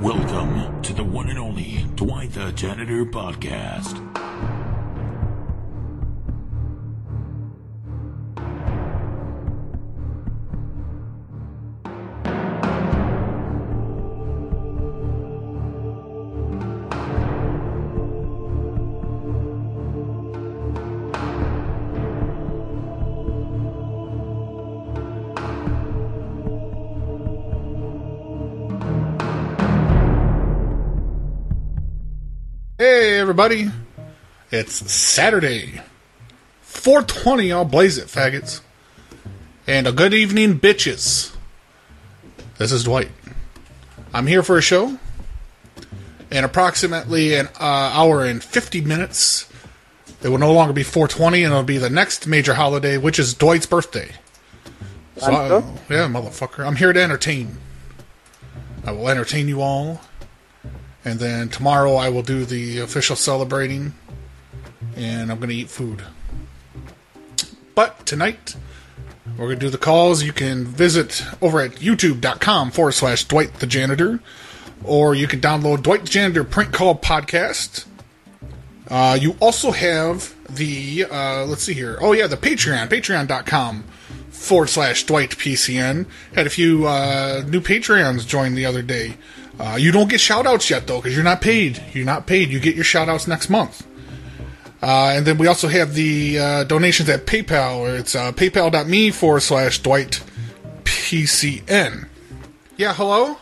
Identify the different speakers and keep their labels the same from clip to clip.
Speaker 1: Welcome to the one and only Dwight the Janitor podcast.
Speaker 2: Hey everybody. It's Saturday. 420, I'll blaze it, faggots. And a good evening, bitches. This is Dwight. I'm here for a show. In approximately an uh, hour and 50 minutes, it will no longer be 420, and it'll be the next major holiday, which is Dwight's birthday. So, I-
Speaker 3: Understood.
Speaker 2: yeah, motherfucker. I'm here to entertain. I will entertain you all. And then tomorrow I will do the official celebrating. And I'm going to eat food. But tonight, we're going to do the calls. You can visit over at youtube.com forward slash Dwight the Janitor. Or you can download Dwight the Janitor Print Call Podcast. Uh, you also have the, uh, let's see here. Oh, yeah, the Patreon, patreon.com forward slash Dwight PCN. Had a few uh, new Patreons join the other day. Uh, you don't get shout outs yet, though, because you're not paid. You're not paid. You get your shout outs next month. Uh, and then we also have the uh, donations at PayPal, or it's uh, paypal.me forward slash Dwight PCN. Yeah, hello?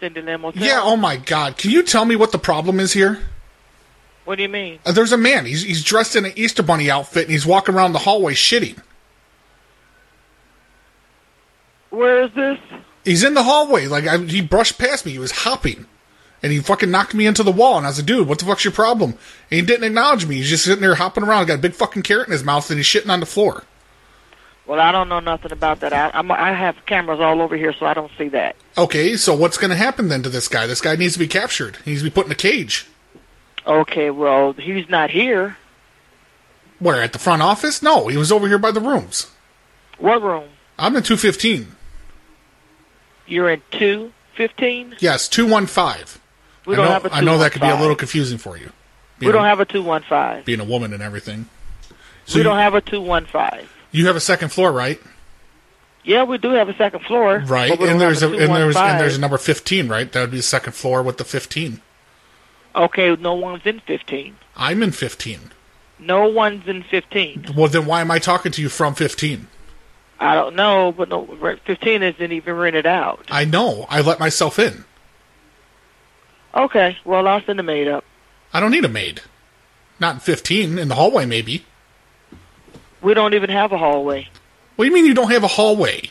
Speaker 3: Cindy Lynn Motel?
Speaker 2: Yeah, oh my god. Can you tell me what the problem is here?
Speaker 3: What do you mean?
Speaker 2: Uh, There's a man. He's, he's dressed in an Easter Bunny outfit and he's walking around the hallway shitting.
Speaker 3: Where is this?
Speaker 2: He's in the hallway. Like I, he brushed past me. He was hopping, and he fucking knocked me into the wall. And I was like, "Dude, what the fuck's your problem?" And he didn't acknowledge me. He's just sitting there hopping around. Got a big fucking carrot in his mouth, and he's shitting on the floor.
Speaker 3: Well, I don't know nothing about that. I, I'm, I have cameras all over here, so I don't see that.
Speaker 2: Okay, so what's going to happen then to this guy? This guy needs to be captured. He needs to be put in a cage.
Speaker 3: Okay, well, he's not here.
Speaker 2: Where at the front office? No, he was over here by the rooms.
Speaker 3: What room?
Speaker 2: I'm in two fifteen.
Speaker 3: You're in 215?
Speaker 2: Yes, two one five.
Speaker 3: We
Speaker 2: I
Speaker 3: don't
Speaker 2: know,
Speaker 3: have a
Speaker 2: I know that could be a
Speaker 3: 215.
Speaker 2: little confusing for you.
Speaker 3: We don't have a 215.
Speaker 2: being a woman and everything. So
Speaker 3: We
Speaker 2: you,
Speaker 3: don't have a 215.
Speaker 2: you have a second floor, right?
Speaker 3: Yeah, we do have a second floor.
Speaker 2: Right,
Speaker 3: but we
Speaker 2: and
Speaker 3: don't
Speaker 2: there's a,
Speaker 3: have
Speaker 2: and there's and there's a
Speaker 3: 215.
Speaker 2: number fifteen, right? That would be the second floor with the fifteen.
Speaker 3: Okay, no one's in 15.
Speaker 2: I'm in fifteen.
Speaker 3: No one's in 15.
Speaker 2: Well, then why am I talking to you from fifteen?
Speaker 3: I don't know, but no, 15 isn't even rented out.
Speaker 2: I know. I let myself in.
Speaker 3: Okay, well, I'll send a maid up.
Speaker 2: I don't need a maid. Not in fifteen. In the hallway, maybe.
Speaker 3: We don't even have a hallway.
Speaker 2: What do you mean you don't have a hallway?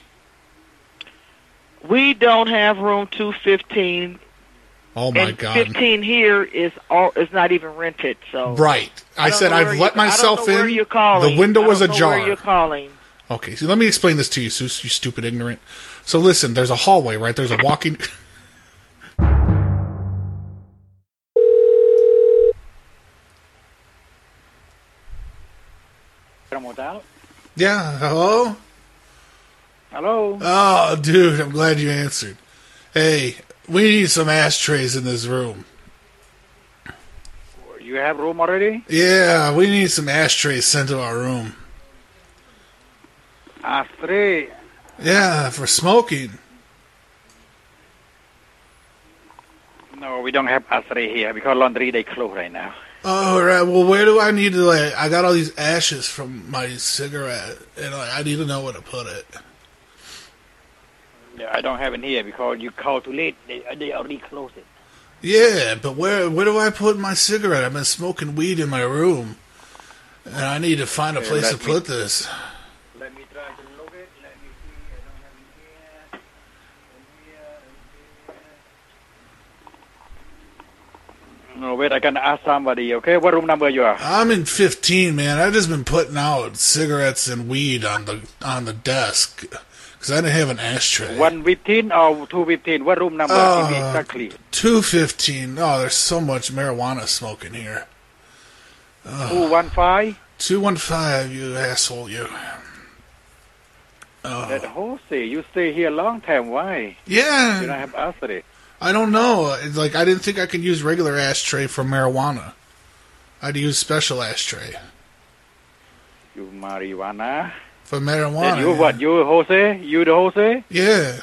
Speaker 3: We don't have room 215
Speaker 2: Oh my
Speaker 3: and
Speaker 2: god!
Speaker 3: 15 here is all is not even rented. So
Speaker 2: Right. I,
Speaker 3: don't
Speaker 2: said
Speaker 3: know where
Speaker 2: I've
Speaker 3: you-
Speaker 2: let myself
Speaker 3: I don't know
Speaker 2: in.
Speaker 3: Where you're calling.
Speaker 2: The window
Speaker 3: I
Speaker 2: was
Speaker 3: don't know
Speaker 2: ajar.
Speaker 3: Where you're calling?
Speaker 2: Okay, so let me explain this to you, Seuss, you stupid ignorant. So listen, there's a hallway, right? There's a walking. yeah, hello?
Speaker 3: Hello.
Speaker 2: Oh, dude, I'm glad you answered. Hey, we need some ashtrays in this room.
Speaker 4: You have room already?
Speaker 2: Yeah, we need some ashtrays sent to our room.
Speaker 4: Uh, three.
Speaker 2: Yeah, for smoking.
Speaker 4: No, we don't have Asri here because laundry they close right now.
Speaker 2: All Oh, right. Well, where do I need to like? I got all these ashes from my cigarette, and like, I need to know where to put it.
Speaker 4: Yeah, I don't have it here because you call too late. They, they already closed it.
Speaker 2: Yeah, but where where do I put my cigarette? I've been smoking weed in my room, and I need to find a
Speaker 4: Hey,
Speaker 2: place to
Speaker 4: let me-
Speaker 2: put this.
Speaker 4: Let me try to look it. Let me see. I don't have it here. No, wait, I can ask somebody, okay? What room number you are?
Speaker 2: I'm in 15, man. I've just been putting out cigarettes and weed on the on the desk because I didn't have an ashtray.
Speaker 4: 115 or 215? What room number?
Speaker 2: Uh,
Speaker 4: Give me exactly.
Speaker 2: 215. Oh, there's so much marijuana smoking here.
Speaker 4: 215?
Speaker 2: 215, you asshole, you.
Speaker 4: That Jose, you stay here long time. Why?
Speaker 2: Yeah.
Speaker 4: You don't have Asri.
Speaker 2: I don't know. It's Like I didn't think I could use regular ashtray for marijuana. I'd use special ashtray
Speaker 4: You marijuana.
Speaker 2: for
Speaker 4: That
Speaker 2: marijuana.
Speaker 4: you what? You Jose? You the Jose?
Speaker 2: Yeah.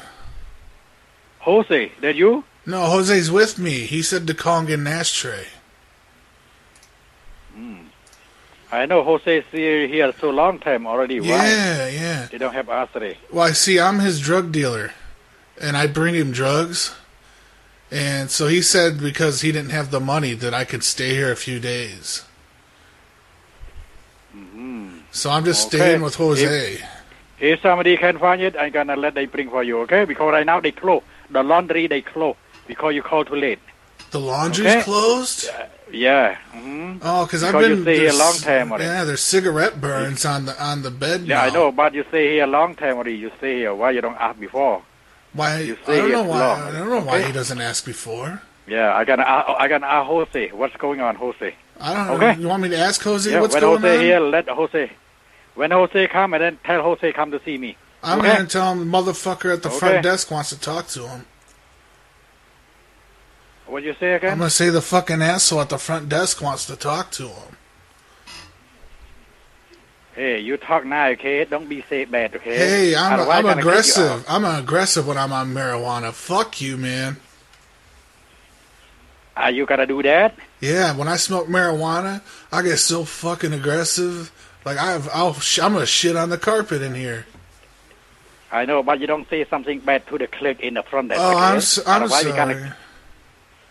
Speaker 4: Jose? That you?
Speaker 2: No, Jose's with me. He said to call and get an ashtray.
Speaker 4: Hmm. I know Jose is here here so long time already. Why?
Speaker 2: Yeah, yeah.
Speaker 4: They don't have asri.
Speaker 2: Well, I see, I'm his drug dealer, and I bring him drugs. And so he said because he didn't have the money that I could stay here a few days. So I'm just
Speaker 4: Mm-hmm. Okay.
Speaker 2: staying with Jose.
Speaker 4: If somebody can find it, I'm gonna let they bring for you, okay? Because right now they close. The laundry they close because you call too late.
Speaker 2: the laundry's
Speaker 4: Okay.
Speaker 2: closed?
Speaker 4: Yeah. hmm
Speaker 2: Oh, because I've
Speaker 4: Because you
Speaker 2: been
Speaker 4: stay here a
Speaker 2: there's-
Speaker 4: long time already.
Speaker 2: Yeah, there's cigarette burns on the on the bed.
Speaker 4: Yeah, I
Speaker 2: now.
Speaker 4: know, but you stay here a long time already. You stay here. Why you don't ask before?
Speaker 2: Why?
Speaker 4: You
Speaker 2: I
Speaker 4: stay
Speaker 2: don't know
Speaker 4: here
Speaker 2: why.
Speaker 4: long.
Speaker 2: I don't know why
Speaker 4: Okay.
Speaker 2: he doesn't ask before.
Speaker 4: Yeah, I gonna ask, I gonna ask Jose. What's going on, Jose?
Speaker 2: I don't know.
Speaker 4: Okay.
Speaker 2: You want me to ask Jose
Speaker 4: Yeah,
Speaker 2: what's
Speaker 4: when
Speaker 2: going
Speaker 4: Jose
Speaker 2: on?
Speaker 4: here, let Jose. When Jose come, and then tell Jose come to see me.
Speaker 2: I'm
Speaker 4: Okay.
Speaker 2: gonna tell him motherfucker at the
Speaker 4: Okay.
Speaker 2: front desk wants to talk to him.
Speaker 4: What you say
Speaker 2: I'm
Speaker 4: again?
Speaker 2: gonna say the fucking asshole at the front desk wants to talk to him.
Speaker 4: Hey, you talk now, okay? Don't be say bad, okay?
Speaker 2: Hey, I'm,
Speaker 4: Otherwise,
Speaker 2: I'm
Speaker 4: gonna kick you
Speaker 2: aggressive.
Speaker 4: out.
Speaker 2: I'm aggressive when I'm on marijuana. Fuck you, man.
Speaker 4: Are Ah, you gonna do that?
Speaker 2: Yeah, when I smoke marijuana, I get so fucking aggressive. Like I've, I'll, sh- I'm gonna shit on the carpet in here.
Speaker 4: I know, but you don't say something bad to the clerk in the front desk.
Speaker 2: Oh,
Speaker 4: okay?
Speaker 2: I'm, s am
Speaker 4: otherwise
Speaker 2: sorry.
Speaker 4: We gonna,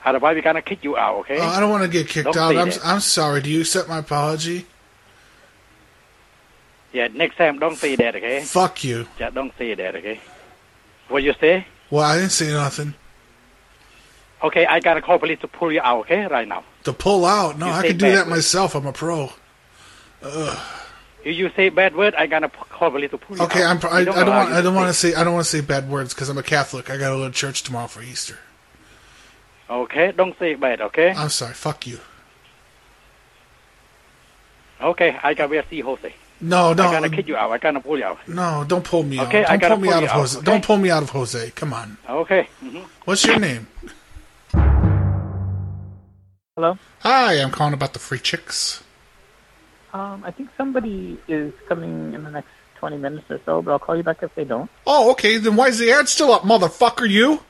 Speaker 4: otherwise, we're gonna kick you out, okay?
Speaker 2: Oh, I don't want to get kicked
Speaker 4: Don't
Speaker 2: out.
Speaker 4: say
Speaker 2: I'm,
Speaker 4: that.
Speaker 2: I'm sorry. Do you accept my apology?
Speaker 4: yeah, next time, don't say that, okay?
Speaker 2: Fuck you.
Speaker 4: Yeah, don't say that, okay? What you say?
Speaker 2: Well, I didn't say nothing.
Speaker 4: Okay, I gotta call police to pull you out, okay? Right now.
Speaker 2: To pull out? No,
Speaker 4: You
Speaker 2: I
Speaker 4: say
Speaker 2: could do that
Speaker 4: backwards.
Speaker 2: myself. I'm a pro.
Speaker 4: If you say bad word, I gonna p- call police to pull you
Speaker 2: Okay,
Speaker 4: out.
Speaker 2: I'm. pr- I, I
Speaker 4: You
Speaker 2: don't.
Speaker 4: know how
Speaker 2: Want,
Speaker 4: you
Speaker 2: I don't want to
Speaker 4: say.
Speaker 2: say. I don't want to say bad words because I'm a Catholic. I got to go to church tomorrow for Easter.
Speaker 4: Okay, don't say bad, okay?
Speaker 2: I'm sorry. Fuck you.
Speaker 4: okay, I gotta see Jose.
Speaker 2: No,
Speaker 4: I
Speaker 2: no,
Speaker 4: gonna kick you out. I gonna pull you out.
Speaker 2: no. Don't pull me
Speaker 4: Okay, I
Speaker 2: out. Don't
Speaker 4: gotta
Speaker 2: pull me
Speaker 4: pull
Speaker 2: out
Speaker 4: you
Speaker 2: of
Speaker 4: out,
Speaker 2: Jose.
Speaker 4: okay?
Speaker 2: Don't pull me out of Jose. Come on.
Speaker 4: Okay. hmm
Speaker 2: What's your name?
Speaker 5: Hello.
Speaker 2: Hi, I'm calling about the free chicks.
Speaker 5: Um, I think somebody is coming in the next 20 minutes or so, but I'll call you back if they don't.
Speaker 2: Oh, okay. Then why is the ad still up, motherfucker? You?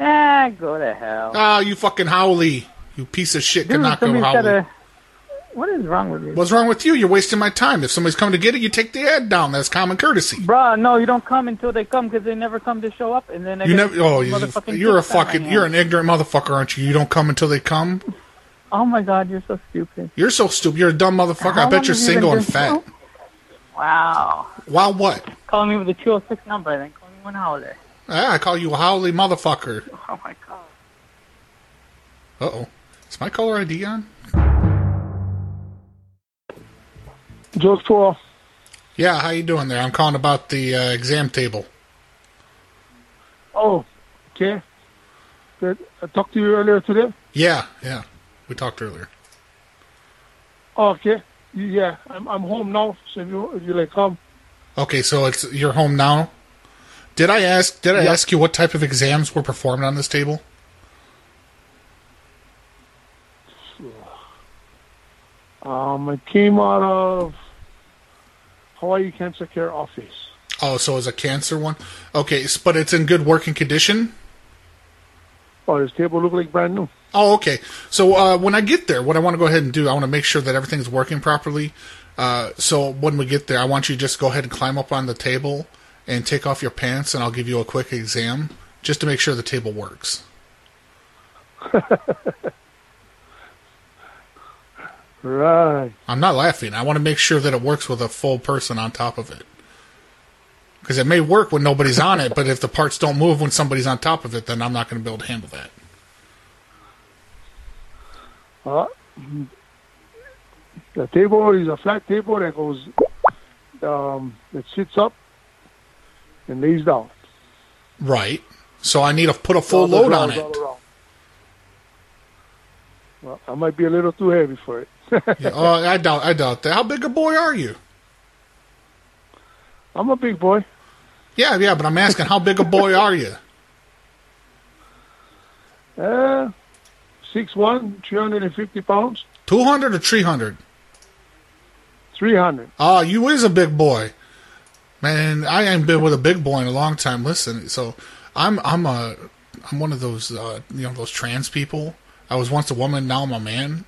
Speaker 5: Ah, go to hell.
Speaker 2: Ah, you fucking howley. You piece of shit.
Speaker 5: Dude,
Speaker 2: Kanako
Speaker 5: somebody's
Speaker 2: howley.
Speaker 5: gotta. What is wrong with you?
Speaker 2: What's wrong with you? You're wasting my time. If somebody's coming to get it, you take the ad down. That's common courtesy.
Speaker 5: Bruh, no, you don't come until they come because they never come to show up, and then I
Speaker 2: You
Speaker 5: get
Speaker 2: never. Oh,
Speaker 5: motherfucking
Speaker 2: you, you're a
Speaker 5: kicked out of my
Speaker 2: fucking.
Speaker 5: hand.
Speaker 2: You're an ignorant motherfucker, aren't you? You don't come until they come.
Speaker 5: Oh my god, you're so stupid.
Speaker 2: You're so stupid. You're a dumb motherfucker.
Speaker 5: How
Speaker 2: I
Speaker 5: long
Speaker 2: bet you're
Speaker 5: have you been
Speaker 2: single and
Speaker 5: doing-
Speaker 2: fat.
Speaker 5: Wow,
Speaker 2: Wow, what?
Speaker 5: calling me with a 206 number, and then calling me one holiday.
Speaker 2: Ah, I call you a howly motherfucker.
Speaker 5: Oh my god.
Speaker 2: Uh oh. Is my caller ID on?
Speaker 6: Joe's Twirl.
Speaker 2: Yeah, how you doing there? I'm calling about the uh, exam table.
Speaker 6: Oh, okay. Good. I talked to you earlier today.
Speaker 2: Yeah, yeah. We talked earlier.
Speaker 6: Oh, okay. You- Yeah, I'm, I'm home now. So if you if you like come,
Speaker 2: Okay, so it's you're home now. Did I ask? Did I
Speaker 6: Yeah.
Speaker 2: ask you what type of exams were performed on this table?
Speaker 6: um, I came out of Hawaii Cancer Care office.
Speaker 2: Oh, so it's a cancer one. Okay, s- but it's in good working condition.
Speaker 6: Oh, this table look like brand new.
Speaker 2: Oh, okay. So uh, when I get there, what I want to go ahead and do, I want to make sure that everything's working properly. Uh, so when we get there, I want you to just go ahead and climb up on the table and take off your pants, and I'll give you a quick exam just to make sure the table works.
Speaker 6: Right.
Speaker 2: I'm not laughing. I want to make sure that it works with a full person on top of it. Because it may work when nobody's on it, but if the parts don't move when somebody's on top of it, then I'm not going to be able to handle that.
Speaker 6: Uh, the table is a flat table that goes, um, that sits up and lays down.
Speaker 2: Right. So I need to put a full
Speaker 6: All the
Speaker 2: load on
Speaker 6: drawers all
Speaker 2: it.
Speaker 6: around. Well, I might be a little too heavy for it.
Speaker 2: Yeah, oh, I doubt. I doubt that. How big a boy are you?
Speaker 6: I'm a big boy.
Speaker 2: Yeah, yeah, but I'm asking, how big a boy are you?
Speaker 6: Uh, 6'1", 350 pounds,
Speaker 2: 200 or 300?
Speaker 6: 300.
Speaker 2: Ah, you is a big boy. Man, I ain't been with a big boy in a long time. Listen, so I'm I'm a I'm one of those uh, you know those trans people. I was once a woman, now I'm a man,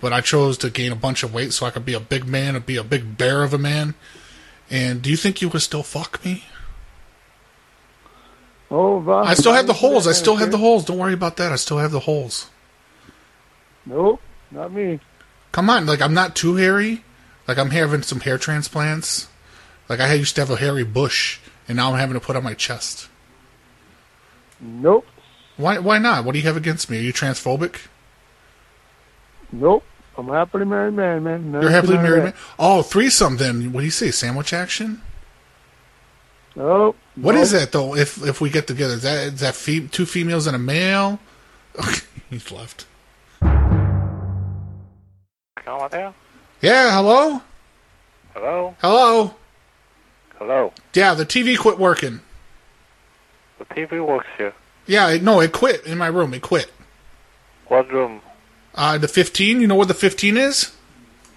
Speaker 2: but I chose to gain a bunch of weight so I could be a big man and be a big bear of a man. And do you think you could still fuck me?
Speaker 6: Oh, wow.
Speaker 2: I still have the holes. I still have the holes. Don't worry about that. I still have the holes.
Speaker 6: Nope, not me.
Speaker 2: Come on, like I'm not too hairy. Like I'm having some hair transplants. Like I used to have a hairy bush, and now I'm having to put on my chest.
Speaker 6: Nope,
Speaker 2: Why? Why not? What do you have against me? Are you transphobic?
Speaker 6: nope. I'm a happily married man, man.
Speaker 2: You're
Speaker 6: Nothing
Speaker 2: happily
Speaker 6: like
Speaker 2: married. Man?
Speaker 6: that.
Speaker 2: Oh, threesome. Then what do you say? Sandwich action?
Speaker 4: Oh,
Speaker 6: Nope.
Speaker 2: What
Speaker 6: nope.
Speaker 2: is that though? If if we get together, is that is that fe- two females and a male? Okay, he's left.
Speaker 4: Hello there.
Speaker 2: Yeah. Hello.
Speaker 4: Hello.
Speaker 2: Hello.
Speaker 4: Hello.
Speaker 2: Yeah. The TV quit working.
Speaker 4: The TV works here.
Speaker 2: Yeah. It, no, it quit in my room. It quit.
Speaker 4: What room?
Speaker 2: Uh, the fifteen. You know where the fifteen is?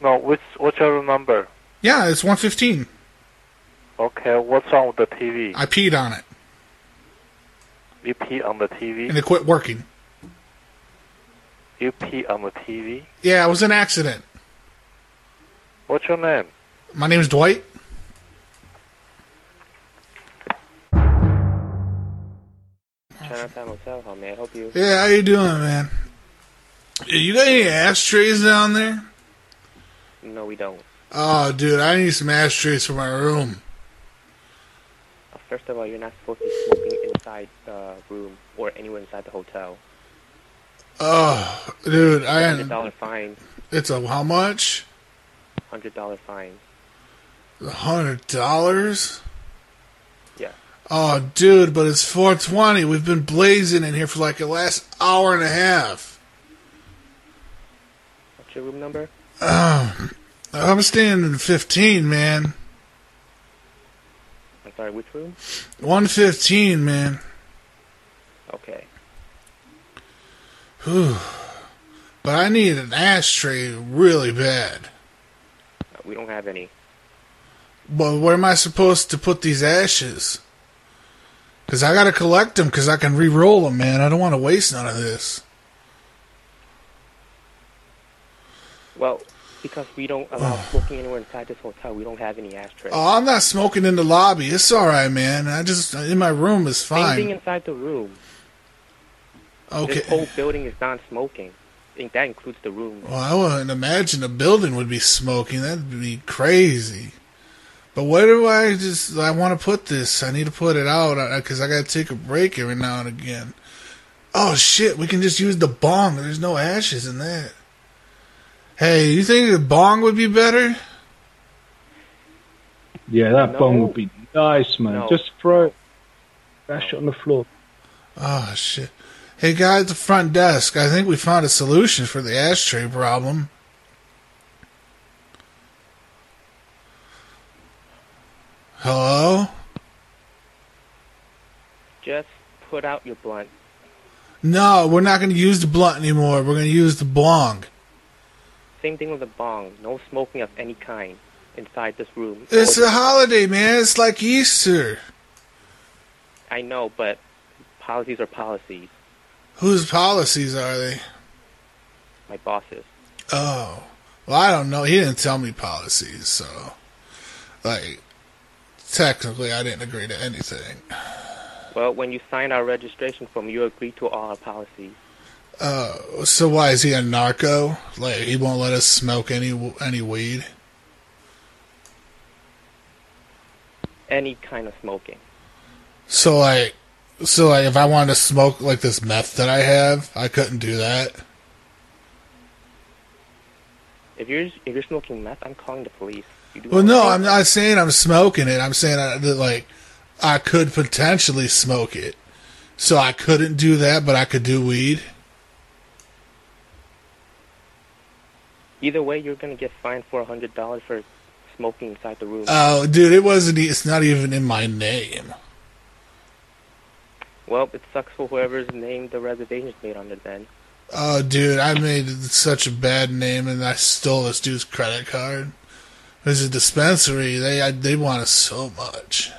Speaker 4: No, which what's your number?
Speaker 2: Yeah, it's one fifteen.
Speaker 4: Okay, what's wrong with the TV?
Speaker 2: I peed on it
Speaker 4: You pee on the TV.
Speaker 2: and it quit working.
Speaker 4: You pee on the TV.
Speaker 2: Yeah, it was an accident.
Speaker 4: What's your name?
Speaker 2: My name's Dwight.
Speaker 7: Chinatown Hotel, how may I help you?
Speaker 2: Yeah, how you doing, man? Yeah, You got any ashtrays down there?
Speaker 7: No, we don't.
Speaker 2: Oh, dude, I need some ashtrays for my room.
Speaker 7: Uh, First of all, you're not supposed to be sleeping inside the room or anywhere inside the hotel.
Speaker 2: Oh, dude, I
Speaker 7: Hundred
Speaker 2: am.
Speaker 7: dollar fine.
Speaker 2: It's a how much?
Speaker 7: Hundred dollar fine.
Speaker 2: A hundred dollars?
Speaker 7: Yeah.
Speaker 2: Oh, dude, but it's four twenty. We've been blazing in here for like the last hour and a half.
Speaker 7: What's your room number?
Speaker 2: Oh, I'm staying in fifteen, man.
Speaker 7: I'm sorry, which room?
Speaker 2: One fifteen, man.
Speaker 7: Okay.
Speaker 2: Whew. But I need an ashtray really bad.
Speaker 7: Uh, We don't have any.
Speaker 2: But where am I supposed to put these ashes? Because I got to collect them because I can re roll them, man. I don't want to waste none of this.
Speaker 7: Well, because we don't allow smoking anywhere inside this hotel, we don't have any ashtrays.
Speaker 2: Oh, I'm not smoking in the lobby. It's all right, man. I just, in my room is
Speaker 7: Same thing
Speaker 2: fine.
Speaker 7: inside the room. This
Speaker 2: Okay.
Speaker 7: whole building is non-smoking. And that includes the room.
Speaker 2: Well, I wouldn't imagine a building would be smoking. That'd be crazy. But where do I just, I want to put this. I need to put it out because I got to take a break every now and again. Oh, shit. We can just use the bong. There's no ashes in that. Hey, you think the bong would be better?
Speaker 8: Yeah, that
Speaker 7: No.
Speaker 8: bong would be nice, man.
Speaker 7: No.
Speaker 8: Just throw it, bash it on the floor.
Speaker 2: Oh, shit. Hey, guy at the front desk, I think we found a solution for the ashtray problem. Hello?
Speaker 7: Just put out your blunt.
Speaker 2: No, we're not going to use the blunt anymore. We're going to use the bong.
Speaker 7: Same thing with the bong. No smoking of any kind inside this room.
Speaker 2: It's
Speaker 7: Or-
Speaker 2: a holiday, man. It's like Easter.
Speaker 7: I know, but policies are policies.
Speaker 2: Whose policies are they?
Speaker 7: My bosses.
Speaker 2: Oh, well, I don't know. He didn't tell me policies, so like technically, I didn't agree to anything.
Speaker 7: Well, when you signed our registration form, you agreed to all our policies.
Speaker 2: Uh, so why is he a narco? Like he won't let us smoke any any weed.
Speaker 7: Any kind of smoking.
Speaker 2: So like, so like, if I wanted to smoke like this meth that I have, I couldn't do that.
Speaker 7: If you're if you're smoking meth, I'm calling the police. You do
Speaker 2: Well, no,
Speaker 7: not-
Speaker 2: I'm not saying I'm smoking it. I'm saying I, that like I could potentially smoke it. So I couldn't do that, but I could do weed.
Speaker 7: Either way, you're gonna get fined four hundred dollars for smoking inside the room.
Speaker 2: Oh, dude, it wasn't. e- It's not even in my name.
Speaker 7: Well, it sucks for whoever's named the reservations made on it then.
Speaker 2: Oh, dude, I made such a bad name, and I stole this dude's credit card. There's a dispensary. They I, they want us so much.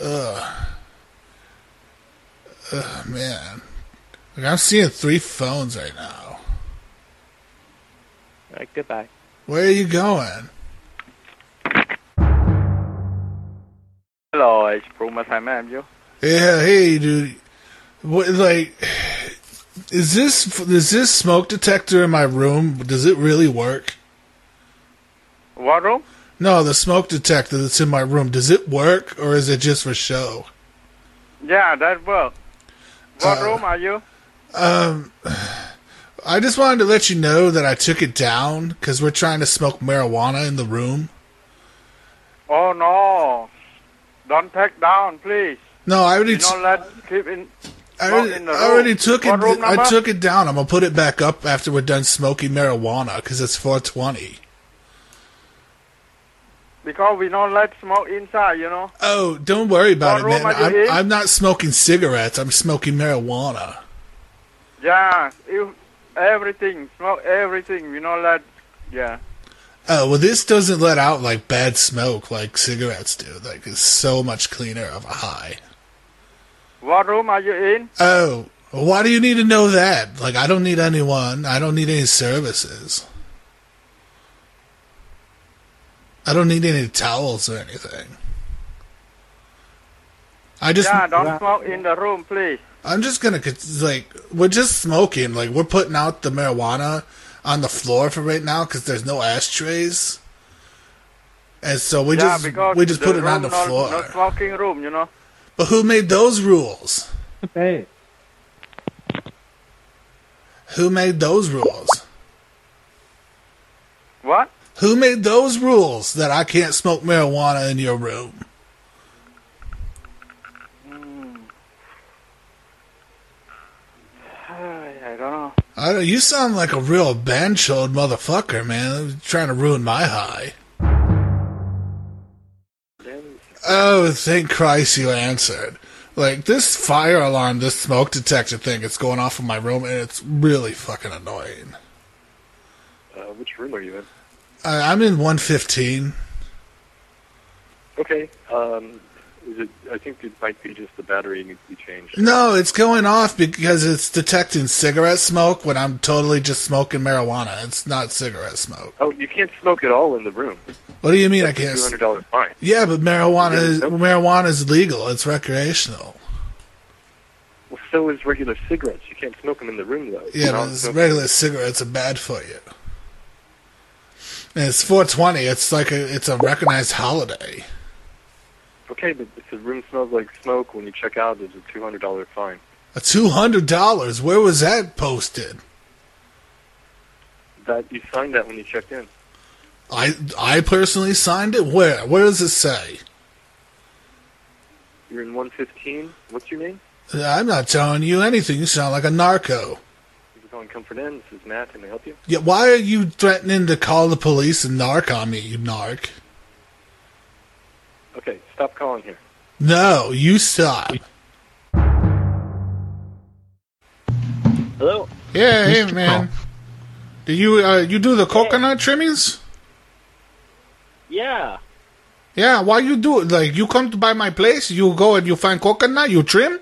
Speaker 2: Ugh. Ugh, man. Like, I'm seeing three phones right now.
Speaker 7: All right, goodbye.
Speaker 2: Where are you going?
Speaker 4: Hello, it's Brumas. I am you.
Speaker 2: Yeah, hey, dude. What like is this is this smoke detector in my room? Does it really work?
Speaker 4: What room?
Speaker 2: No, the smoke detector that's in my room. Does it work or is it just for show?
Speaker 4: Yeah, that work. What
Speaker 2: Uh,
Speaker 4: room are you?
Speaker 2: Um, I just wanted to let you know that I took it down because we're trying to smoke marijuana in the room.
Speaker 4: Oh no! Don't take down, please.
Speaker 2: No, I already
Speaker 4: Do
Speaker 2: t-
Speaker 4: not let keep in.
Speaker 2: I
Speaker 4: smoke
Speaker 2: already,
Speaker 4: in the
Speaker 2: I already
Speaker 4: room.
Speaker 2: took
Speaker 4: What
Speaker 2: it.
Speaker 4: room
Speaker 2: I
Speaker 4: number?
Speaker 2: took it down. I'm gonna put it back up after we're done smoking marijuana because it's 420.
Speaker 4: because we don't let smoke inside. You know.
Speaker 2: Oh, don't worry about
Speaker 4: What
Speaker 2: it,
Speaker 4: room
Speaker 2: man.
Speaker 4: are you
Speaker 2: I'm,
Speaker 4: in?
Speaker 2: I'm not smoking cigarettes. I'm smoking marijuana.
Speaker 4: Yeah. You everything smoke everything. We not let. Yeah.
Speaker 2: Oh well, this doesn't let out like bad smoke like cigarettes do. Like it's so much cleaner of a high.
Speaker 4: What room are you in?
Speaker 2: Oh, why do you need to know that? Like, I don't need anyone. I don't need any services. I don't need any towels or anything. I just,
Speaker 4: yeah. Don't smoke in the room, please.
Speaker 2: I'm just gonna cons- like, we're just smoking. Like, we're putting out the marijuana on the floor for right now because there's no ashtrays, and so we
Speaker 4: yeah,
Speaker 2: just
Speaker 4: because
Speaker 2: we just put it
Speaker 4: room
Speaker 2: on the
Speaker 4: not,
Speaker 2: floor.
Speaker 4: Not smoking room. You know.
Speaker 2: But who made those rules?
Speaker 8: Hey,
Speaker 2: Who made those rules?
Speaker 4: What?
Speaker 2: Who made those rules that I can't smoke marijuana in your room?
Speaker 4: Hmm. I don't know.
Speaker 2: I don't, you sound like a real bench old motherfucker, man. Trying to ruin my high. Oh, thank Christ you answered. Like, this fire alarm, this smoke detector thing, it's going off in my room, and it's really fucking annoying.
Speaker 9: Uh, which room are you in?
Speaker 2: I, I'm in 115.
Speaker 9: Okay. Um, is it? I think it might be just the battery needs to be changed.
Speaker 2: No, it's going off because it's detecting cigarette smoke when I'm totally just smoking marijuana. It's not cigarette smoke.
Speaker 9: Oh, you can't smoke at all in the room.
Speaker 2: What do you mean I can't?
Speaker 9: Two hundred dollar fine.
Speaker 2: Yeah, but marijuana is,
Speaker 9: Yeah, nope.
Speaker 2: marijuana is legal. It's recreational.
Speaker 9: Well, so is regular cigarettes. You can't smoke them in the room though. You
Speaker 2: Yeah,
Speaker 9: know,
Speaker 2: but it's
Speaker 9: so-
Speaker 2: regular cigarettes are bad for you. And it's 420. It's like a it's a recognized holiday.
Speaker 9: Okay, but if the room smells like smoke when you check out, there's a two hundred dollar fine.
Speaker 2: A two hundred dollars. Where was that posted?
Speaker 9: That you signed that when you checked in.
Speaker 2: I I personally signed it. Where where does it say?
Speaker 9: You're in one fifteen. What's your name?
Speaker 2: I'm not telling you anything. You sound like a narco.
Speaker 9: This is on Comfort Inn. This is Matt. Can I help you?
Speaker 2: Yeah, why are you threatening to call the police and narc on me, you narc?
Speaker 9: Okay, stop calling here.
Speaker 2: No, you stop.
Speaker 7: Hello?
Speaker 2: Yeah, hey man. Do you uh, you do the coconut trimmings?
Speaker 7: Yeah.
Speaker 2: Yeah, why you do it? Like you come to buy my place, you go and you find coconut, you trim.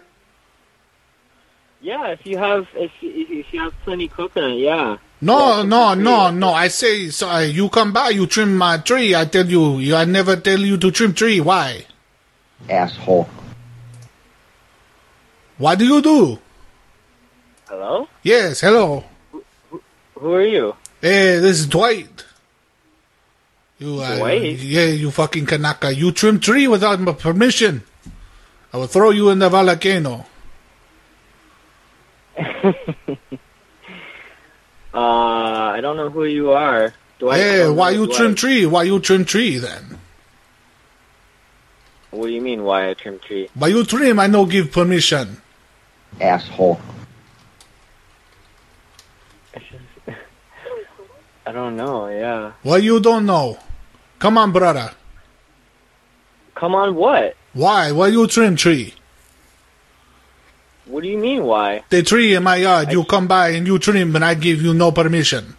Speaker 7: Yeah, if you have if if, if you have plenty coconut, yeah.
Speaker 2: No, no, no, no. I say so. Uh, you come by, you trim my tree. I tell you, you, I never tell you to trim tree. Why?
Speaker 10: asshole.
Speaker 2: What do you do?
Speaker 7: Hello?
Speaker 2: Yes, hello.
Speaker 7: Who are you?
Speaker 2: Hey, this is Dwight. You, uh,
Speaker 7: Dwight?
Speaker 2: Yeah, you fucking Kanaka. You trim tree without my permission. I will throw you in the volcano.
Speaker 7: Uh, I don't know who you are. Do I
Speaker 2: Hey,
Speaker 7: don't
Speaker 2: why
Speaker 7: know
Speaker 2: you
Speaker 7: who I-
Speaker 2: trim tree? Why you trim tree then?
Speaker 7: What do you mean why I trim tree?
Speaker 2: Why you trim? I no give permission.
Speaker 10: Asshole.
Speaker 7: I don't know, yeah.
Speaker 2: Well, you don't know. Come on, brother.
Speaker 7: Come on what?
Speaker 2: Why? Why you trim tree?
Speaker 11: What do you mean, why?
Speaker 2: The tree in my yard, you come by and you trim and I give you no permission.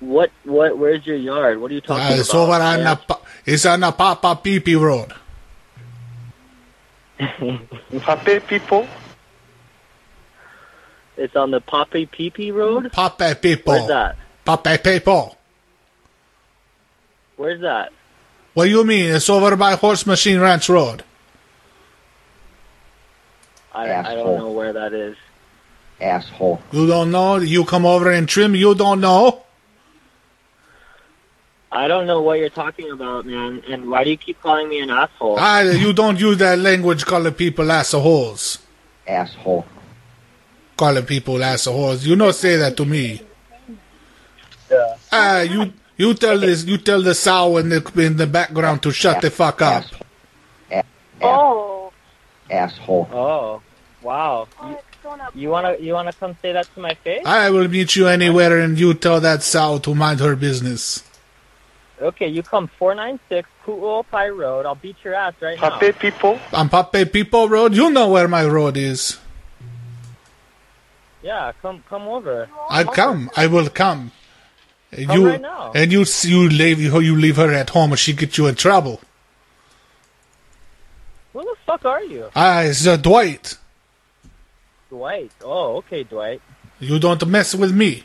Speaker 11: What? What? Where's your yard? What are you talking
Speaker 2: Uh,
Speaker 11: about?
Speaker 2: it's over on the, pa- it's on the Papa Pee Road.
Speaker 11: Pape people. It's on the Pape Peepee Road.
Speaker 2: Papa People.
Speaker 11: Where's that?
Speaker 2: Papa People.
Speaker 11: Where's that?
Speaker 2: What do you mean? It's over by Horse Machine Ranch Road.
Speaker 11: I, I don't know where that is.
Speaker 2: Asshole. You don't know? You come over and trim, you don't know?
Speaker 11: I don't know what you're talking about, man. And why do you keep calling me an asshole?
Speaker 2: Ah, you don't use that language calling people assholes. Asshole. Calling people assholes. You not say that to me.
Speaker 8: Yeah.
Speaker 2: Ah, you you tell this you tell the sow in the in the background to shut the fuck up.
Speaker 11: Oh.
Speaker 10: Asshole.
Speaker 11: Oh. Wow. You, you wanna you wanna come say that to my face?
Speaker 2: I will meet you anywhere and you tell that sow to mind her business.
Speaker 11: Okay, you come 496 Ku'opai Road. I'll beat your ass right now.
Speaker 2: people. On Pape People Road, you know where my road is.
Speaker 11: Yeah, come come over.
Speaker 2: I come. I will come. And
Speaker 11: Come
Speaker 2: you
Speaker 11: right now.
Speaker 2: and you you leave you leave her at home, or she get you in trouble.
Speaker 11: Where the fuck are you?
Speaker 2: Ah, it's uh, Dwight.
Speaker 11: Dwight. Oh, okay, Dwight.
Speaker 2: You don't mess with me.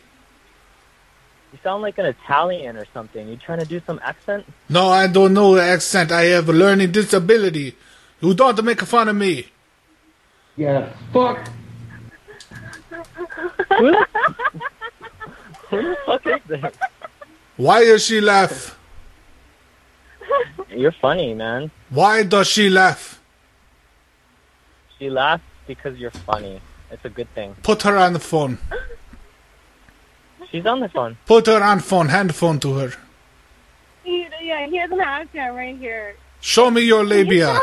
Speaker 11: You sound like an Italian or something. You trying to do some accent?
Speaker 2: No, I don't know the accent. I have a learning disability. You don't make fun of me.
Speaker 8: Yeah. Fuck.
Speaker 11: Who the fuck is this?
Speaker 2: Why does she laugh?
Speaker 11: You're funny, man.
Speaker 2: Why does she laugh?
Speaker 11: She laughs because you're funny. It's a good thing.
Speaker 2: Put her on the phone.
Speaker 11: She's on the phone.
Speaker 2: Put her on phone. Hand phone to her.
Speaker 12: He, yeah, he has an accent right here.
Speaker 2: Show me your labia.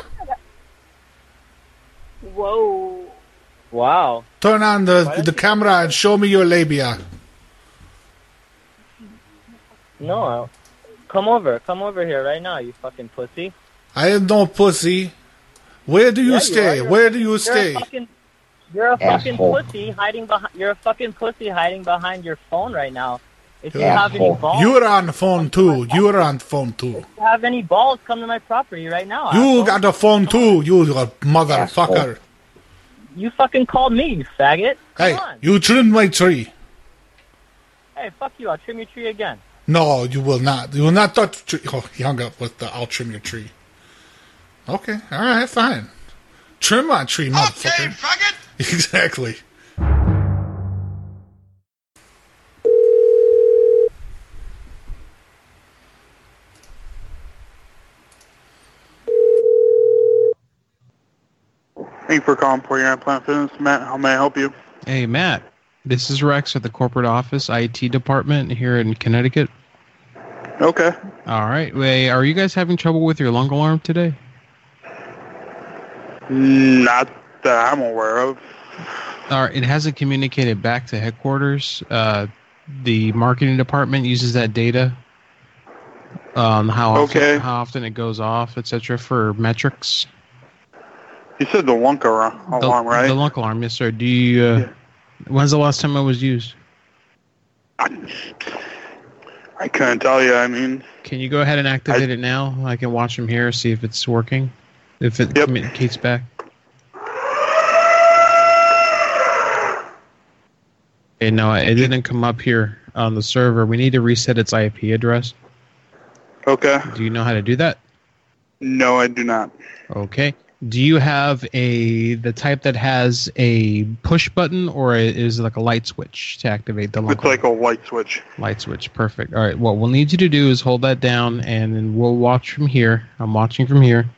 Speaker 12: Whoa.
Speaker 11: Wow.
Speaker 2: Turn on the the camera and show me your labia.
Speaker 11: No, I- come over. Come over here right now, you fucking pussy.
Speaker 2: I am no pussy. Where do you
Speaker 11: Yeah, are.
Speaker 2: stay?
Speaker 11: You're-
Speaker 2: Where do you
Speaker 11: you're a
Speaker 2: stay?
Speaker 11: fucking- You're a fucking
Speaker 2: Asshole.
Speaker 11: pussy hiding behind. You're a fucking pussy hiding behind your phone right now. If you have any balls,
Speaker 2: You are on the phone too. You are on the phone too.
Speaker 11: if you have any balls, come to my property right now.
Speaker 2: You got the phone too. You a motherfucker.
Speaker 11: You fucking called me, you faggot. Come
Speaker 2: Hey,
Speaker 11: on.
Speaker 2: you trimmed my tree.
Speaker 11: Hey, fuck you. I'll trim your tree again.
Speaker 2: No, you will not. You will not touch the tree. Oh, he hung up with the I'll trim your tree. Okay, all right, fine. Trim my tree, motherfucker. Exactly.
Speaker 13: Thank you for calling Poor Your Plant Fitness. Matt, how may I help you?
Speaker 14: Hey, Matt. This is Rex at the corporate office IT department here in Connecticut.
Speaker 13: Okay.
Speaker 14: All right. Wait, are you guys having trouble with your lung alarm today?
Speaker 13: Not that I'm aware of.
Speaker 14: All right. It hasn't communicated back to headquarters. Uh, the marketing department uses that data on how often,
Speaker 13: Okay.
Speaker 14: how often it goes off, etc., for metrics.
Speaker 13: You said the Wonka ar-
Speaker 14: The-
Speaker 13: alarm, right?
Speaker 14: The lunk alarm, yes, sir. Do you? Uh, When's the last time it was used?
Speaker 13: I couldn't tell you. I mean,
Speaker 14: Can you go ahead and activate it now? I can watch them here, see if it's working, if it communicates back. Okay, no, it didn't come up here on the server. We need to reset its IP address.
Speaker 13: Okay.
Speaker 14: Do you know how to do that?
Speaker 13: no, I do not.
Speaker 14: Okay. Do you have a the type that has a push button or a, is it like a light switch to activate the lock?
Speaker 13: It's like a light switch.
Speaker 14: Light switch, perfect. All right, what we'll need you to do is hold that down, and then we'll watch from here. I'm watching from here,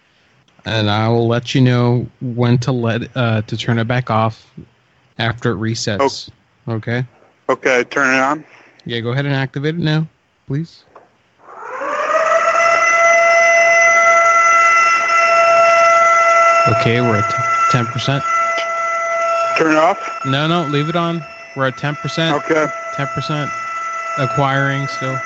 Speaker 14: and I will let you know when to let uh, to turn it back off after it resets. Okay.
Speaker 13: Okay, turn it on.
Speaker 14: Yeah, go ahead and activate it now, please. Okay, we're at ten percent.
Speaker 13: Turn it off.
Speaker 14: No, no, leave it on. We're at ten percent.
Speaker 13: Okay.
Speaker 14: Ten percent acquiring still.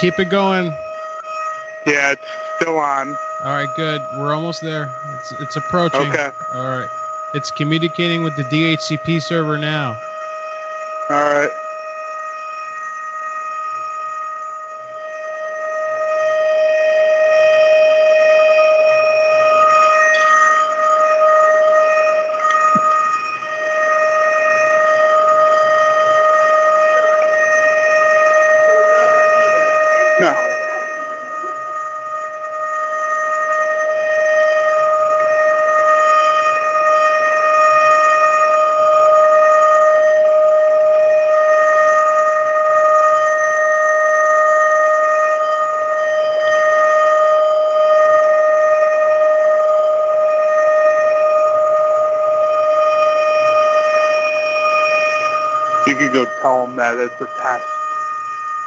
Speaker 14: Keep it going.
Speaker 13: Yeah, it's still on.
Speaker 14: All right, good. We're almost there. It's, it's approaching.
Speaker 13: Okay.
Speaker 14: All right. It's communicating with the DHCP server now.
Speaker 13: All right. No. You could go tell them that it's a test.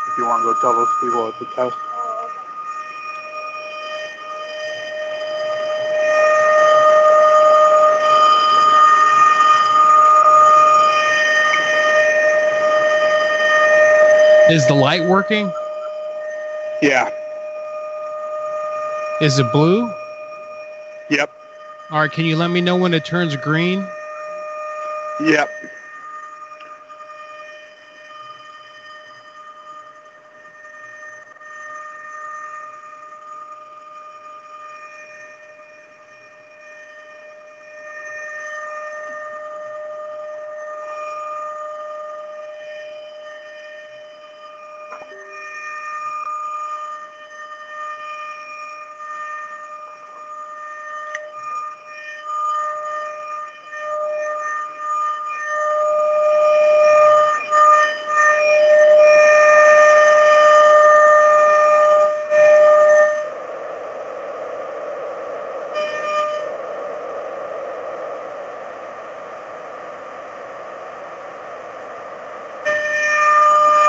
Speaker 13: If you want to go tell those people it's a test.
Speaker 14: Is the light working?
Speaker 13: Yeah.
Speaker 14: Is it blue?
Speaker 13: Yep.
Speaker 14: All right. Can you let me know when it turns green?
Speaker 13: Yep.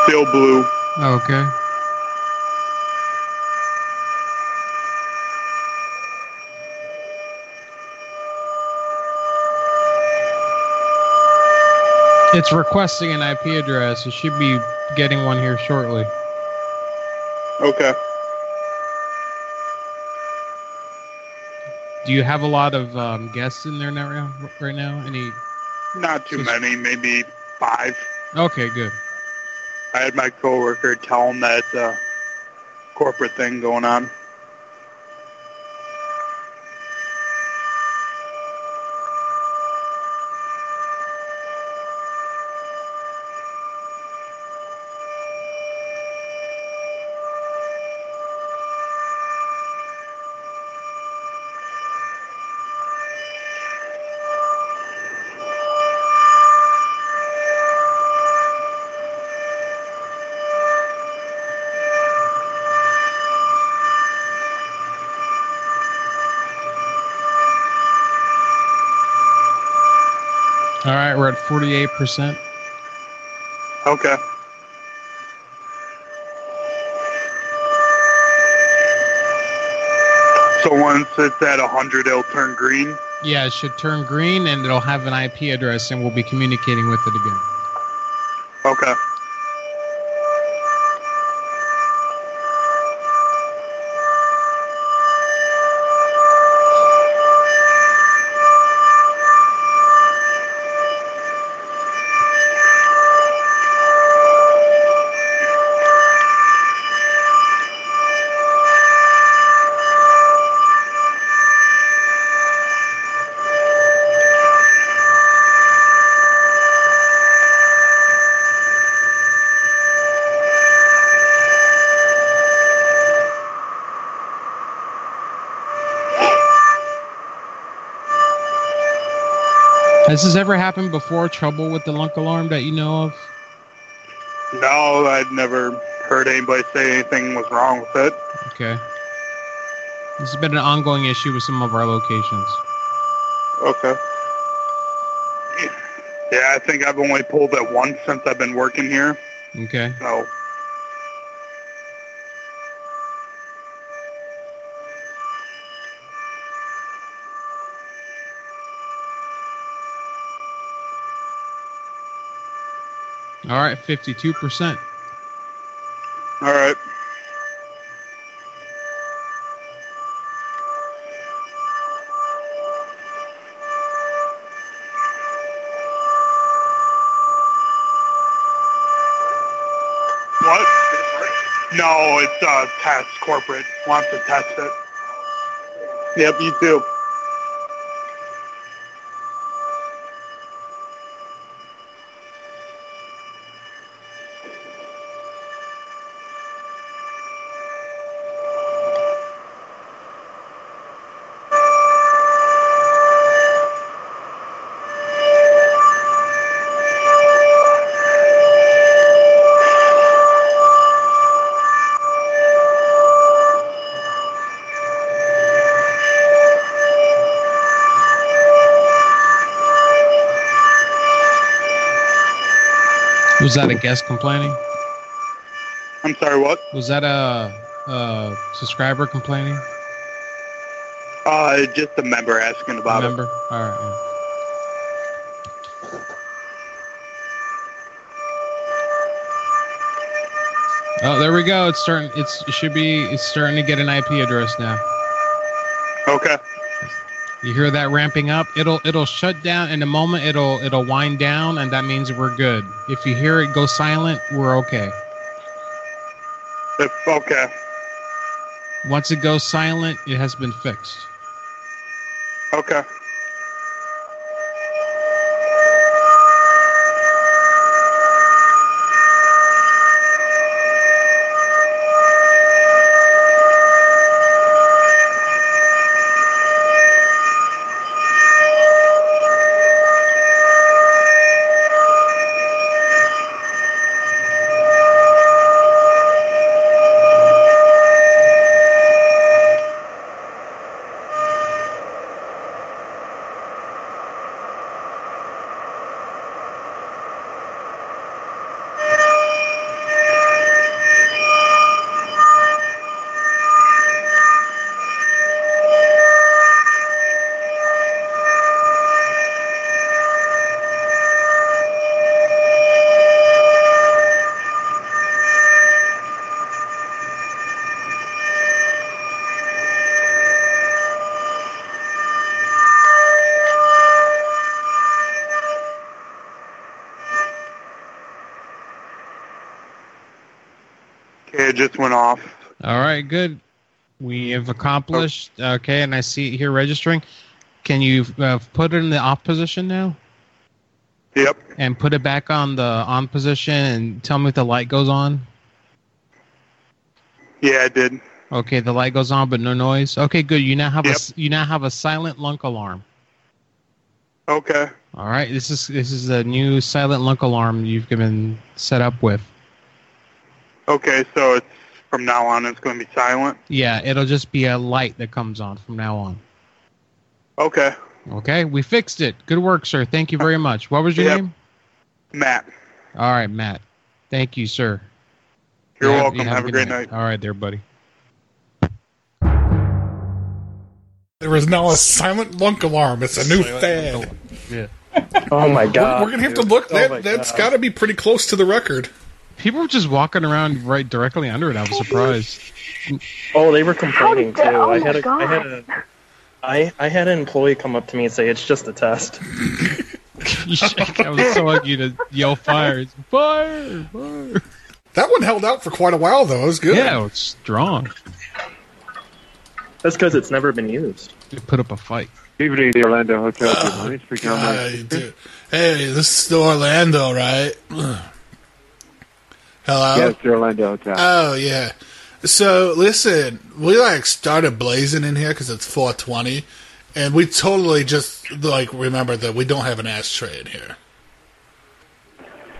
Speaker 13: Still blue.
Speaker 14: Okay. It's requesting an IP address. It should be getting one here shortly.
Speaker 13: Okay.
Speaker 14: Do you have a lot of um, guests in there now? Right now, any?
Speaker 13: Not too many, maybe five.
Speaker 14: Okay, good.
Speaker 13: I had my coworker tell him that uh, corporate thing going on.
Speaker 14: All right, we're at forty-eight percent.
Speaker 13: Okay. So once it's at 100, it'll turn green.
Speaker 14: Yeah, it should turn green and it'll have an IP address, and we'll be communicating with it again.
Speaker 13: Okay.
Speaker 14: Has this ever happened before? Trouble with the lunk alarm that you know of?
Speaker 13: No, I've never heard anybody say anything was wrong with it.
Speaker 14: Okay. This has been an ongoing issue with some of our locations.
Speaker 13: Okay. Yeah, I think I've only pulled it once since I've been working here.
Speaker 14: Okay.
Speaker 13: So
Speaker 14: All right, fifty-two percent.
Speaker 13: All right. No, it's uh, test corporate wants to test it. Yep, you too.
Speaker 14: Was that a guest complaining?
Speaker 13: I'm sorry, what?
Speaker 14: Was that a, a subscriber complaining?
Speaker 13: Uh, just a member asking about
Speaker 14: member? it. All right. yeah. Oh, there we go. It's starting. It's it should be. It's starting to get an IP address now.
Speaker 13: Okay.
Speaker 14: You hear that ramping up? It'll it'll shut down in a moment. It'll it'll wind down, and that means we're good. If you hear it go silent, we're okay.
Speaker 13: If, okay.
Speaker 14: Once it goes silent, it has been fixed.
Speaker 13: Okay. Okay, it just went off.
Speaker 14: All right, good. We have accomplished. Okay, and I see it here registering. Can you uh, put it in the off position now?
Speaker 13: Yep.
Speaker 14: And put it back on the on position and tell me if the light goes on.
Speaker 13: Yeah, it did.
Speaker 14: Okay, the light goes on, but no noise. Okay, good. You now have a s- you now have a silent lunk alarm.
Speaker 13: Okay.
Speaker 14: All right, this is this is a new silent lunk alarm you've been set up with.
Speaker 13: Okay, so it's from now on it's going to be silent.
Speaker 14: Yeah, it'll just be a light that comes on from now on.
Speaker 13: Okay.
Speaker 14: Okay, we fixed it. Good work, sir. Thank you very much. What was your name?
Speaker 13: Matt.
Speaker 14: All right, Matt. Thank you, sir.
Speaker 13: You're
Speaker 14: You you
Speaker 13: welcome. Have a
Speaker 14: good
Speaker 13: great
Speaker 14: All right, there, buddy.
Speaker 2: There is now a silent lunk alarm. It's a new
Speaker 14: Silent lunk
Speaker 2: fad.
Speaker 14: Yeah.
Speaker 2: Oh
Speaker 14: my
Speaker 2: We're, we're gonna have to look.
Speaker 15: Oh
Speaker 2: That that's got to be pretty close to the record.
Speaker 14: People were just walking around right directly under it. I was surprised.
Speaker 15: Oh, they were complaining too.
Speaker 14: How did that-
Speaker 15: I
Speaker 14: oh my
Speaker 15: had a, I
Speaker 14: God.
Speaker 15: had a, I, I had an employee come up to me and say it's just a test.
Speaker 14: I was so lucky to yell fire. It's fire, fire.
Speaker 2: That one held out for quite a while though. It was good.
Speaker 14: Yeah, it's strong.
Speaker 15: That's because it's never been used.
Speaker 14: They put up a fight.
Speaker 9: Evening, the Orlando Hotel.
Speaker 2: Uh, God, dude. Hey, this is Orlando, right? Hello.
Speaker 9: Yes, the Orlando Hotel.
Speaker 2: Oh yeah. So listen, we like started blazing in here because it's 420, and we totally just like remember that we don't have an ashtray in here.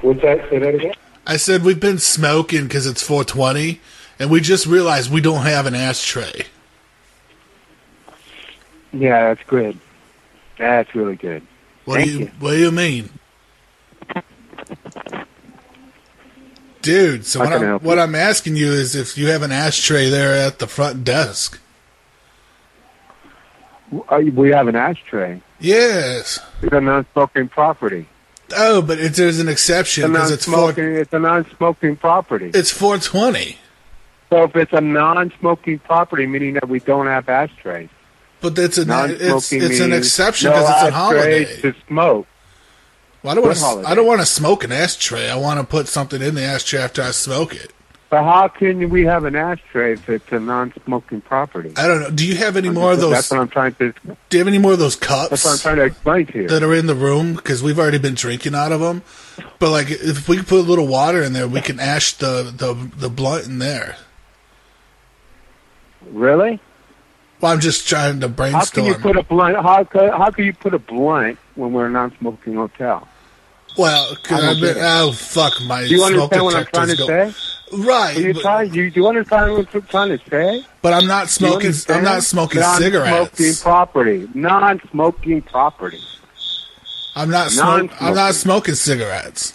Speaker 8: What's that? Say that again?
Speaker 2: I said we've been smoking because it's 420, and we just realized we don't have an ashtray.
Speaker 9: Yeah, that's good. That's really good.
Speaker 2: What do you, What do you mean, dude? So
Speaker 9: How
Speaker 2: what
Speaker 9: can I
Speaker 2: I'm,
Speaker 9: help
Speaker 2: what
Speaker 9: you?
Speaker 2: I'm asking you is if you have an ashtray there at the front desk.
Speaker 9: Uh, We have an ashtray.
Speaker 2: Yes.
Speaker 9: It's a non-smoking property.
Speaker 2: Oh, but it, there's an exception
Speaker 9: It's a
Speaker 2: because it's four,
Speaker 9: non-smoking. It's a non-smoking property.
Speaker 2: it's 420.
Speaker 9: So if it's a non-smoking property, meaning that we don't have ashtrays.
Speaker 2: But that's an it's,
Speaker 9: Non-smoking
Speaker 2: it's an
Speaker 9: means
Speaker 2: exception
Speaker 9: no
Speaker 2: because it's
Speaker 9: ashtrays
Speaker 2: a holiday.
Speaker 9: To smoke.
Speaker 2: Well, I don't want
Speaker 9: What
Speaker 2: to.
Speaker 9: holiday?
Speaker 2: I don't want to smoke an ashtray. I want to put something in the ashtray after I smoke it.
Speaker 6: But how can we have an ashtray if it's a non-smoking property?
Speaker 2: I don't know. Do you have any more of those?
Speaker 6: That's what I'm trying to.
Speaker 2: Do you have any more of those cups?
Speaker 6: That's what I'm trying to explain to you.
Speaker 2: that are in the room because we've already been drinking out of them. But like, if we could put a little water in there, we can ash the the, the blunt in there.
Speaker 6: Really?
Speaker 2: Well, I'm just trying to
Speaker 6: How can
Speaker 2: brainstorm.
Speaker 6: you put a blunt? How can, how can you put a blunt when we're a non-smoking hotel?
Speaker 2: well, 'cause
Speaker 6: I don't
Speaker 2: I've been,
Speaker 6: get it.
Speaker 2: oh fuck, my
Speaker 6: Do you
Speaker 2: smoke
Speaker 6: understand what I'm trying
Speaker 2: detectors
Speaker 6: to
Speaker 2: go.
Speaker 6: say?
Speaker 2: Right.
Speaker 6: Do you, try, do, you, do you understand what I'm trying to say?
Speaker 2: But I'm not
Speaker 6: Do you
Speaker 2: smoking. I'm
Speaker 6: understand?
Speaker 2: not smoking
Speaker 6: Non-smoking
Speaker 2: cigarettes.
Speaker 6: property. Non-smoking property.
Speaker 2: I'm not smoking. I'm not smoking cigarettes.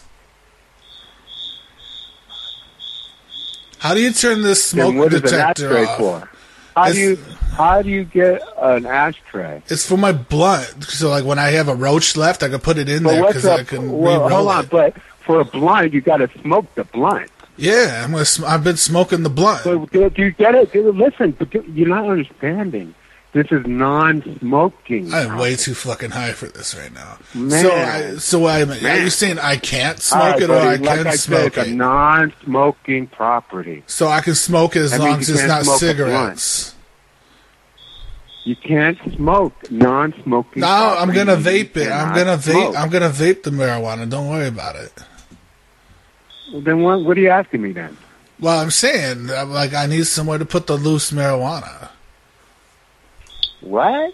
Speaker 2: How do you turn this
Speaker 6: Then
Speaker 2: smoke
Speaker 6: what is an
Speaker 2: detector
Speaker 6: ashtray
Speaker 2: off?
Speaker 6: for? How do you how do you get an ashtray?
Speaker 2: It's for my blunt. So like when I have a roach left, I can put it in
Speaker 6: But
Speaker 2: there
Speaker 6: what's
Speaker 2: because I
Speaker 6: up-
Speaker 2: can
Speaker 6: well,
Speaker 2: re-roll
Speaker 6: hold on,
Speaker 2: it.
Speaker 6: but for a blunt, you got to smoke the blunt.
Speaker 2: Yeah, I'm gonna. Sm- I've been smoking the blunt.
Speaker 6: But do, do you get it? Do- listen, but do- you're not understanding. This is non-smoking.
Speaker 2: I'm way too fucking high for this right now.
Speaker 6: Man.
Speaker 2: So, I, so I, are you
Speaker 6: Man.
Speaker 2: saying I can't
Speaker 6: All
Speaker 2: smoke
Speaker 6: right,
Speaker 2: it or
Speaker 6: buddy,
Speaker 2: I
Speaker 6: like
Speaker 2: can
Speaker 6: I said,
Speaker 2: smoke
Speaker 6: it's a
Speaker 2: it?
Speaker 6: non-smoking property.
Speaker 2: So I can smoke it as
Speaker 6: That
Speaker 2: long as
Speaker 6: means you
Speaker 2: it's
Speaker 6: can't
Speaker 2: not
Speaker 6: smoke a
Speaker 2: cigarettes.
Speaker 6: You can't smoke non-smoking.
Speaker 2: No,
Speaker 6: property.
Speaker 2: I'm gonna
Speaker 6: You
Speaker 2: vape it. I'm
Speaker 6: cannot
Speaker 2: gonna vape.
Speaker 6: smoke.
Speaker 2: I'm gonna vape the marijuana. Don't worry about it.
Speaker 6: Then what, what are you asking me then?
Speaker 2: Well, I'm saying I'm like I need somewhere to put the loose marijuana.
Speaker 6: What?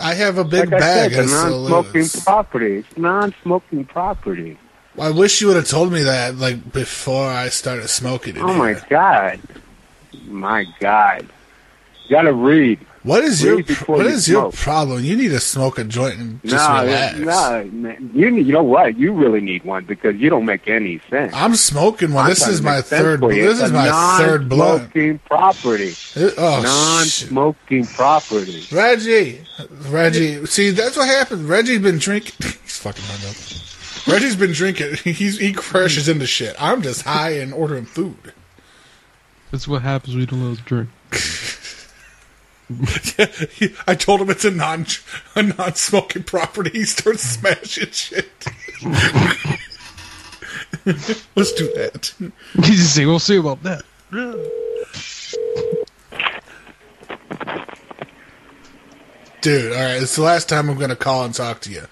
Speaker 2: I have a big
Speaker 6: like
Speaker 2: bag.
Speaker 6: I said,
Speaker 2: it's
Speaker 6: it's
Speaker 2: so
Speaker 6: a non-smoking
Speaker 2: loose.
Speaker 6: property. It's non-smoking property.
Speaker 2: I wish you would have told me that like before I started smoking it.
Speaker 6: Oh my god, my god! You gotta read.
Speaker 2: What is your
Speaker 6: Read before
Speaker 2: What
Speaker 6: you
Speaker 2: is your
Speaker 6: smoke.
Speaker 2: problem? You need to smoke a joint and just
Speaker 6: no,
Speaker 2: relax.
Speaker 6: no, man. you need- you know what? You really need one because you don't make any sense.
Speaker 2: I'm smoking one.
Speaker 6: I'm
Speaker 2: this
Speaker 6: trying
Speaker 2: is
Speaker 6: to
Speaker 2: my
Speaker 6: make sense
Speaker 2: third.
Speaker 6: for you.
Speaker 2: This
Speaker 6: It's
Speaker 2: is
Speaker 6: a
Speaker 2: my third blunt.
Speaker 6: Non-smoking property.
Speaker 2: It- oh,
Speaker 6: non-smoking property.
Speaker 2: Reggie, Reggie. See, that's what happens. Reggie's been drinking. He's fucking hung up. Reggie's been drinking. He's he crashes into shit. I'm just high and ordering food.
Speaker 14: That's what happens when you don't let us drink.
Speaker 2: I told him it's a non a non smoking property. He starts smashing shit. Let's do that.
Speaker 14: You just say, we'll see about that.
Speaker 2: Dude, all right, it's the last time I'm going to call and talk to you.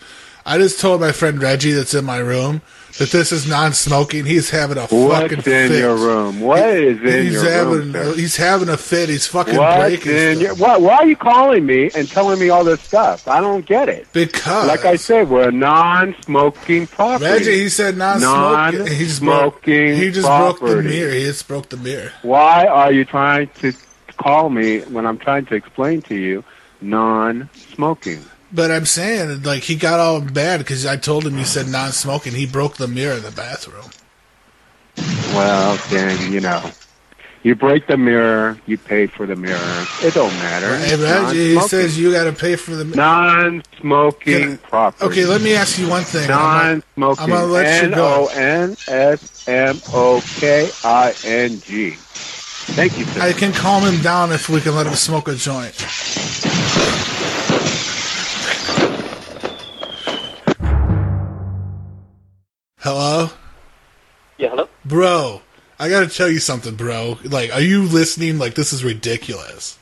Speaker 2: I just told my friend Reggie that's in my room that this is non-smoking. He's having a
Speaker 6: What's
Speaker 2: fucking
Speaker 6: in
Speaker 2: fit.
Speaker 6: your room? What is in
Speaker 2: he's
Speaker 6: your
Speaker 2: having,
Speaker 6: room? sir?
Speaker 2: He's having a fit. He's fucking
Speaker 6: What's
Speaker 2: breaking.
Speaker 6: in
Speaker 2: stuff.
Speaker 6: your, why, why are you calling me and telling me all this stuff? I don't get it.
Speaker 2: Because,
Speaker 6: like I said, we're a non-smoking property.
Speaker 2: Reggie, he said non-smoking. He just broke,
Speaker 6: Non-smoking
Speaker 2: he just broke the
Speaker 6: property.
Speaker 2: mirror. He just broke the mirror.
Speaker 6: Why are you trying to call me when I'm trying to explain to you non-smoking?
Speaker 2: But I'm saying, like, he got all bad because I told him he said non-smoking. He broke the mirror in the bathroom.
Speaker 6: Well, then you know, you break the mirror, you pay for the mirror. It don't matter.
Speaker 2: Hey,
Speaker 6: It's
Speaker 2: Reggie, he
Speaker 6: non-smoking.
Speaker 2: says you got to pay for the mirror.
Speaker 6: non-smoking property.
Speaker 2: Okay, let me ask you one thing. I'm gonna-
Speaker 6: Non-smoking.
Speaker 2: I'm gonna let you go.
Speaker 6: N-O-N-S-M-O-K-I-N-G. Thank you, sir.
Speaker 2: I can calm him down if we can let him smoke a joint. Hello?
Speaker 7: Yeah, hello?
Speaker 2: Bro, I gotta tell you something, bro. Like, are you listening? Like, this is ridiculous.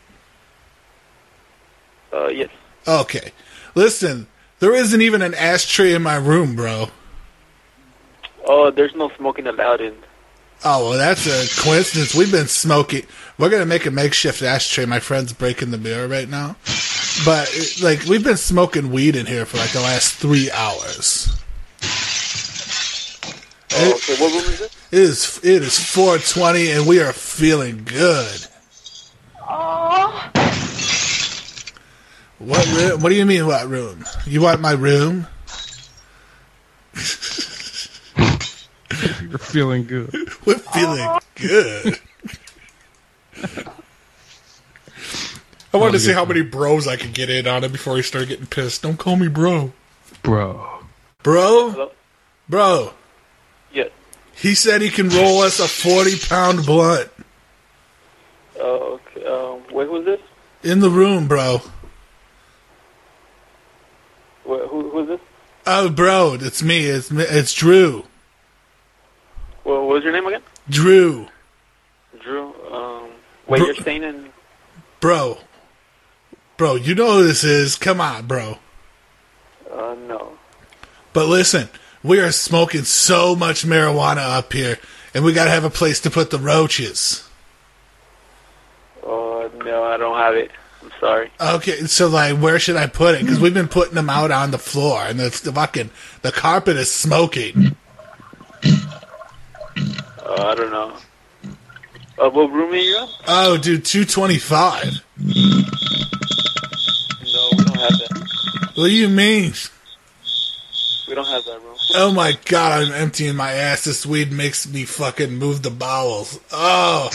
Speaker 7: Uh, yes.
Speaker 2: Okay. Listen, there isn't even an ashtray in my room, bro.
Speaker 16: Oh, there's no smoking allowed in.
Speaker 2: Oh, well, that's a coincidence. We've been smoking. We're going to make a makeshift ashtray. My friend's breaking the mirror right now. But, like, we've been smoking weed in here for, like, the last three hours.
Speaker 16: Oh, okay, what room is it?
Speaker 2: It is, it is 420, and we are feeling good.
Speaker 12: Oh,
Speaker 2: What room? What do you mean, what room? You want my room?
Speaker 14: You're feeling good.
Speaker 2: We're feeling good. I wanted to see how many bros I could get in on it before he started getting pissed. Don't call me bro.
Speaker 14: Bro.
Speaker 2: Bro? Bro.
Speaker 16: Yeah.
Speaker 2: He said he can roll us a 40 pound blunt
Speaker 16: Oh, okay. Um, wait, who's this?
Speaker 2: in the room, bro.
Speaker 16: Wait, who, who's this?
Speaker 2: Oh, bro, it's me. It's me. It's Drew.
Speaker 16: What, what was your name again?
Speaker 2: Drew.
Speaker 17: Um, Wait,
Speaker 2: Bro-
Speaker 17: you're staying in.
Speaker 2: Bro. Bro, you know who this is. Come on, bro.
Speaker 17: Uh, no.
Speaker 2: But listen, we are smoking so much marijuana up here, and we gotta have a place to put the roaches.
Speaker 17: Oh, no, I don't have it. I'm sorry.
Speaker 2: Okay, so like, where should I put it? Because we've been putting them out on the floor, and it's the fucking the carpet is smoking.
Speaker 17: Uh, I don't know. Uh, what room are you in?
Speaker 2: Oh, dude, two twenty five.
Speaker 17: No, we don't have that.
Speaker 2: What do you mean?
Speaker 17: We don't have that room.
Speaker 2: Oh my god, I'm emptying my ass. This weed makes me fucking move the bowels. Oh,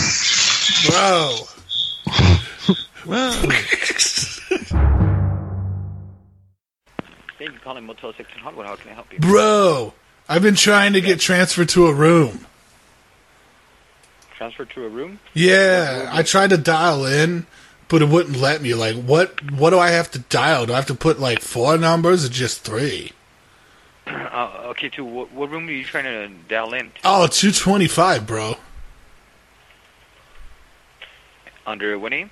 Speaker 2: bro. Well,
Speaker 18: Thank you for calling Motel 6 in Hardwood. How can I help you?
Speaker 2: bro, I've been trying to get transferred to a room.
Speaker 18: Transfer to a room?
Speaker 2: Yeah, I tried to dial in, but it wouldn't let me. Like, what? What do I have to dial? Do I have to put like four numbers or just three?
Speaker 18: Uh, okay, to what, what room are you trying to dial in?
Speaker 2: Oh, 225, bro.
Speaker 18: Under what name?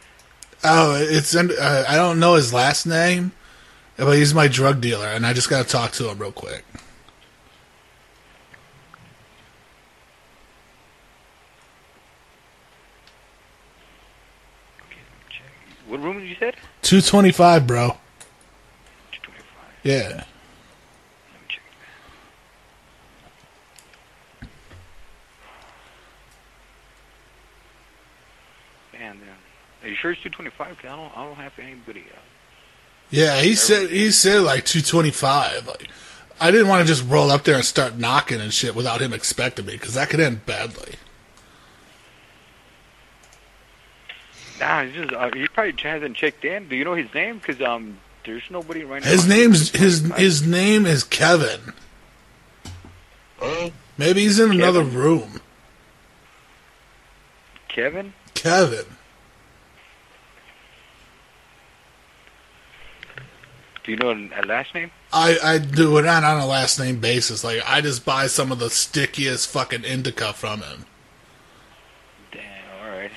Speaker 2: Oh, it's under, uh, I don't know his last name, but he's my drug dealer, and I just gotta talk to him real quick.
Speaker 18: What room did you said?
Speaker 2: 225, bro. 225. Yeah.
Speaker 18: Man, uh, are you sure it's 225? 'Cause I don't, I don't have anybody. Uh,
Speaker 2: Yeah, he said he said like 225. Like, I didn't want to just roll up there and start knocking and shit without him expecting me, because that could end badly.
Speaker 18: nah, he's just, uh, he probably hasn't checked in. Do you know his name? Because um, there's nobody right now.
Speaker 2: His name's his his name is Kevin. Maybe he's in another room.
Speaker 18: Kevin?
Speaker 2: Kevin.
Speaker 18: Do you know a last name?
Speaker 2: I, I do it not on a last name basis. Like I just buy some of the stickiest fucking indica from him.
Speaker 18: Damn, all right.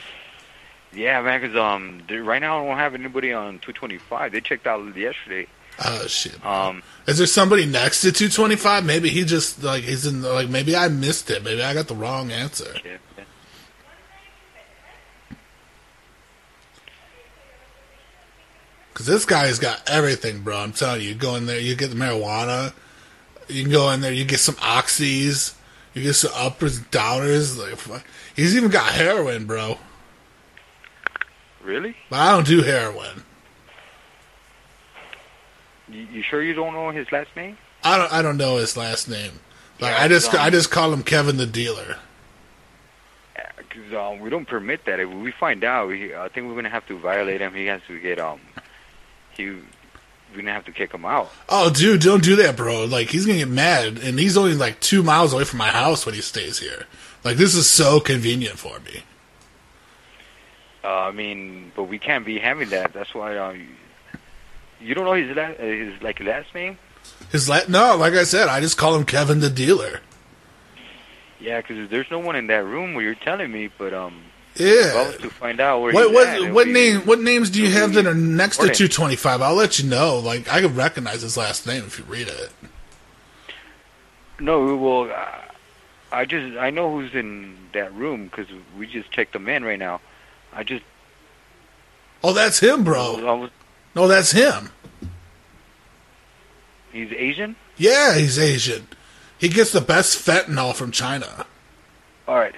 Speaker 18: Yeah, man, because um, there- right now I don't have anybody on 225. They checked out yesterday.
Speaker 2: Oh shit.
Speaker 18: Um,
Speaker 2: Is there somebody next to 225? Maybe he just like he's in like maybe I missed it. Maybe I got the wrong answer. Cause this guy's got everything, bro. I'm telling you, you go in there, you get the marijuana. You can go in there, you get some oxys, you get some uppers, downers. Like fuck. he's even got heroin, bro.
Speaker 18: really?
Speaker 2: But I don't do heroin.
Speaker 18: You, you sure you don't know his last name?
Speaker 2: I don't. I don't know his last name. Like
Speaker 18: Yeah,
Speaker 2: I just.
Speaker 18: it's, um,
Speaker 2: I just call him Kevin the dealer.
Speaker 18: Because um, we don't permit that. If we find out, we, I think we're gonna have to violate him. He has to get um, he, we're gonna have to kick him out.
Speaker 2: Oh, dude, don't do that, bro. Like he's gonna get mad, and he's only like two miles away from my house when he stays here. Like this is so convenient for me.
Speaker 18: Uh, I mean, but we can't be having that. That's why um, you, you don't know his last, uh, his like last name.
Speaker 2: His la- no, like I said, I just call him Kevin the dealer.
Speaker 18: Yeah, because there's no one in that room where you're telling me. But um, if I
Speaker 2: Yeah.
Speaker 18: was to find out where
Speaker 2: What
Speaker 18: he's at,
Speaker 2: what
Speaker 18: it'd
Speaker 2: what
Speaker 18: be-
Speaker 2: name what names do you have that are next to
Speaker 18: Morning.
Speaker 2: two twenty five? I'll let you know. Like I can recognize his last name if you read it.
Speaker 18: No, well, uh, I just I know who's in that room because we just checked them in right now. I just
Speaker 2: Oh, that's him, bro.
Speaker 18: I was-
Speaker 2: No, that's him.
Speaker 18: he's Asian.
Speaker 2: Yeah, he's Asian. He gets the best fentanyl from China.
Speaker 18: All right.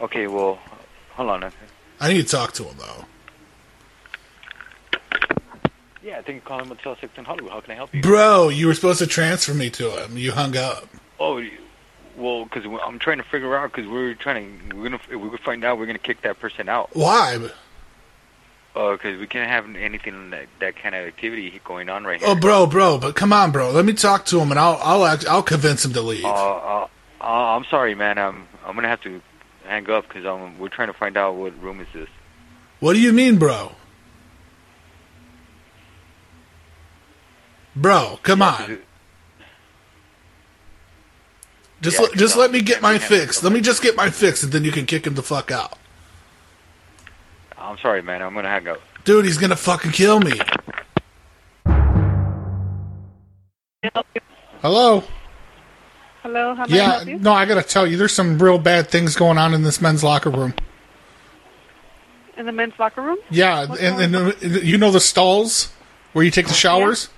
Speaker 18: Okay. Well, hold on.
Speaker 2: I need to talk to him though.
Speaker 18: Yeah, I think call him Motel Six in Hollywood. How can I help you?
Speaker 2: Bro, you were supposed to transfer me to him. You hung up.
Speaker 18: Oh, you- well, because I'm trying to figure out because we're trying to we're gonna if we find out we're gonna kick that person out.
Speaker 2: Why?
Speaker 18: Because we can't have anything that that kind of activity going on right here.
Speaker 2: Oh, bro, bro, but come on, bro. Let me talk to him, and I'll I'll act, I'll convince him to leave.
Speaker 18: Uh, uh, uh, I'm sorry, man. I'm I'm gonna have to hang up because um we're trying to find out what room is this.
Speaker 2: What do you mean, bro? Bro, come on. Just let, just let me get my fix. Let me just get my fix, and then you can kick him the fuck out.
Speaker 19: I'm sorry, man. I'm gonna hang up.
Speaker 2: Dude, he's gonna fucking kill me. Hello.
Speaker 12: Hello, how may I
Speaker 2: Yeah,
Speaker 12: help you?
Speaker 2: no, I gotta tell you, there's some real bad things going on in this men's locker room.
Speaker 12: In the men's locker room?
Speaker 2: Yeah, and, and uh, you know the stalls where you take the showers.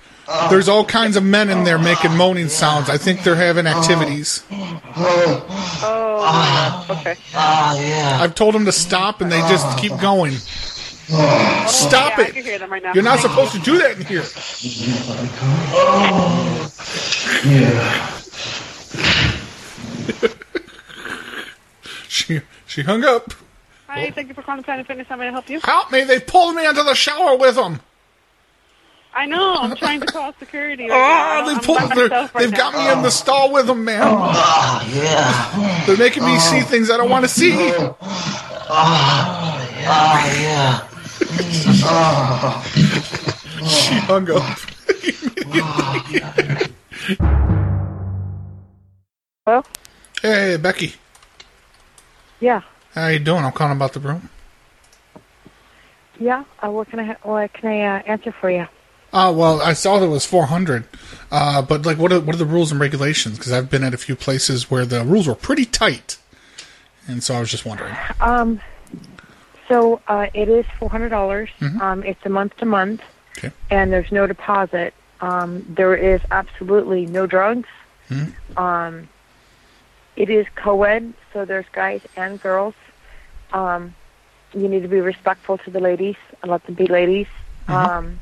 Speaker 2: There's all kinds of men in there making moaning sounds. I think they're having activities.
Speaker 12: Oh, okay.
Speaker 2: I've told them to stop, and they just keep going. Stop
Speaker 12: Oh, yeah, I
Speaker 2: it!
Speaker 12: can hear them right now.
Speaker 2: You're not supposed to do that in here. She she hung up.
Speaker 12: Hi, thank you for calling Planet Fitness. How may I help you?
Speaker 2: Help me! They pulled me into the shower with them.
Speaker 12: I know. I'm trying to call security.
Speaker 2: Ah,
Speaker 12: Right now. Um,
Speaker 2: they
Speaker 12: I'm
Speaker 2: pulled.
Speaker 12: by
Speaker 2: they're-
Speaker 12: myself right
Speaker 2: They've got
Speaker 12: now. Oh.
Speaker 2: me in the stall with them, man. yeah. They're making me see things I don't want to see.
Speaker 8: Ah, yeah. Ah.
Speaker 2: She hung up.
Speaker 12: Hello?
Speaker 2: Hey, Becky.
Speaker 20: Yeah,
Speaker 2: How you doing? I'm calling about the room.
Speaker 20: yeah. Uh, what can I what can I uh, answer for you?
Speaker 2: Uh, well, I saw there was 400, uh, but like, what are, what are the rules and regulations? Because I've been at a few places where the rules were pretty tight, and so I was just wondering.
Speaker 20: Um, so uh, it is four hundred dollars.
Speaker 2: Mhm.
Speaker 20: Um, it's a month to month,
Speaker 2: Okay.
Speaker 20: and there's no deposit. Um, there is absolutely no drugs.
Speaker 2: Mhm.
Speaker 20: Um, it is co-ed, so there's guys and girls. Um, you need to be respectful to the ladies and let them be ladies.
Speaker 21: Uh-huh.
Speaker 2: Uh-huh.
Speaker 20: Um,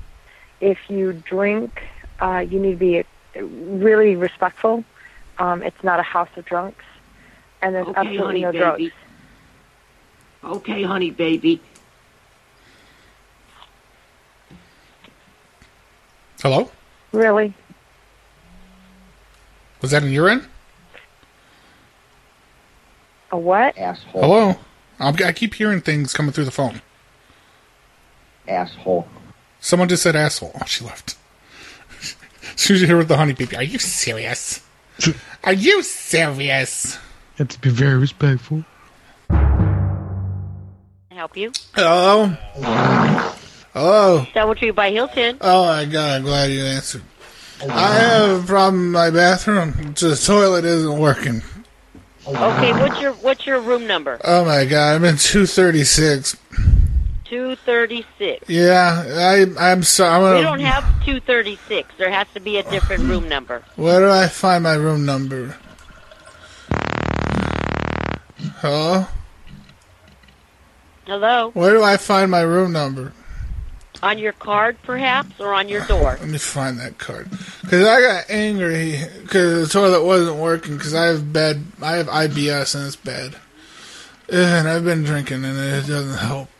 Speaker 20: if you drink, uh, you need to be uh, really respectful. Um, it's not a house of drunks, and there's
Speaker 21: Okay, honey,
Speaker 20: absolutely no
Speaker 21: baby.
Speaker 20: drugs.
Speaker 21: Okay, honey, baby.
Speaker 2: Hello,
Speaker 20: Really?
Speaker 2: was that in your end?
Speaker 20: A what?
Speaker 10: Asshole.
Speaker 2: Hello, I'm, I keep hearing things coming through the phone.
Speaker 10: Asshole.
Speaker 2: Someone just said asshole. Oh, she left. she was here with the honey baby. Are you serious? Are you serious?
Speaker 14: Have to be very respectful.
Speaker 22: Can I help you?
Speaker 2: Hello. Hello.
Speaker 22: Double Tree by Hilton.
Speaker 2: Oh my god, I'm glad you answered. I have a problem in my bathroom. The toilet isn't working.
Speaker 22: Um, Okay, what's your what's your room number?
Speaker 2: Oh my god, I'm in 236.
Speaker 22: Two thirty six.
Speaker 2: Yeah, I, I'm sorry. I'm gonna,
Speaker 22: We don't have two thirty six. There has to be a different room number.
Speaker 2: Where do I find my room number? Hello?
Speaker 22: Hello?
Speaker 2: Where do I find my room number?
Speaker 22: On your card, perhaps, or on your door?
Speaker 2: Let me find that card. Because I got angry because the toilet wasn't working because I have bad, I have IBS and it's bad. Ugh, And I've been drinking and it doesn't help.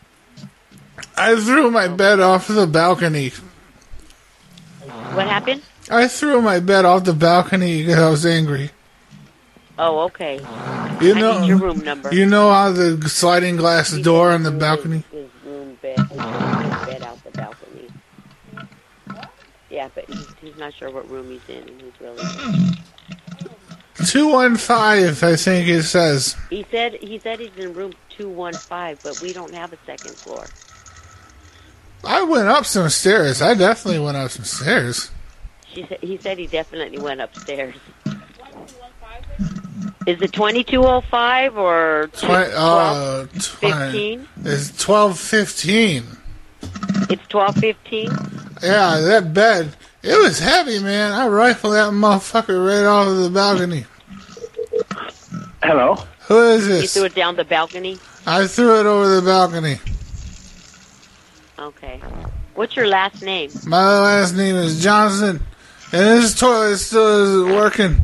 Speaker 2: I threw my bed off the balcony.
Speaker 22: What happened?
Speaker 2: I threw my bed off the balcony because I was angry.
Speaker 22: Oh, okay.
Speaker 2: You
Speaker 22: I
Speaker 2: know
Speaker 22: need your room number.
Speaker 2: You know how the sliding glass door on the balcony?
Speaker 22: His room bed, his bed out the balcony. Yeah, but he's, he's not sure what room he's in. and He's really.
Speaker 2: 215, I think it says.
Speaker 22: He said he said he's in room two one five, but we don't have a second floor.
Speaker 2: I went up some stairs. I definitely went up some stairs.
Speaker 22: She said he said he definitely went upstairs. Is it twenty two oh five or
Speaker 2: Twi- uh, twi-
Speaker 22: 15?
Speaker 2: It's twelve fifteen.
Speaker 22: It's twelve fifteen.
Speaker 2: Yeah, that bed. It was heavy, man. I rifled that motherfucker right off of the balcony.
Speaker 22: Hello.
Speaker 2: Who is
Speaker 22: You
Speaker 2: this?
Speaker 22: threw it down the balcony.
Speaker 2: I threw it over the balcony.
Speaker 22: Okay. What's your last name?
Speaker 2: My last name is Johnson, and this toilet still isn't working.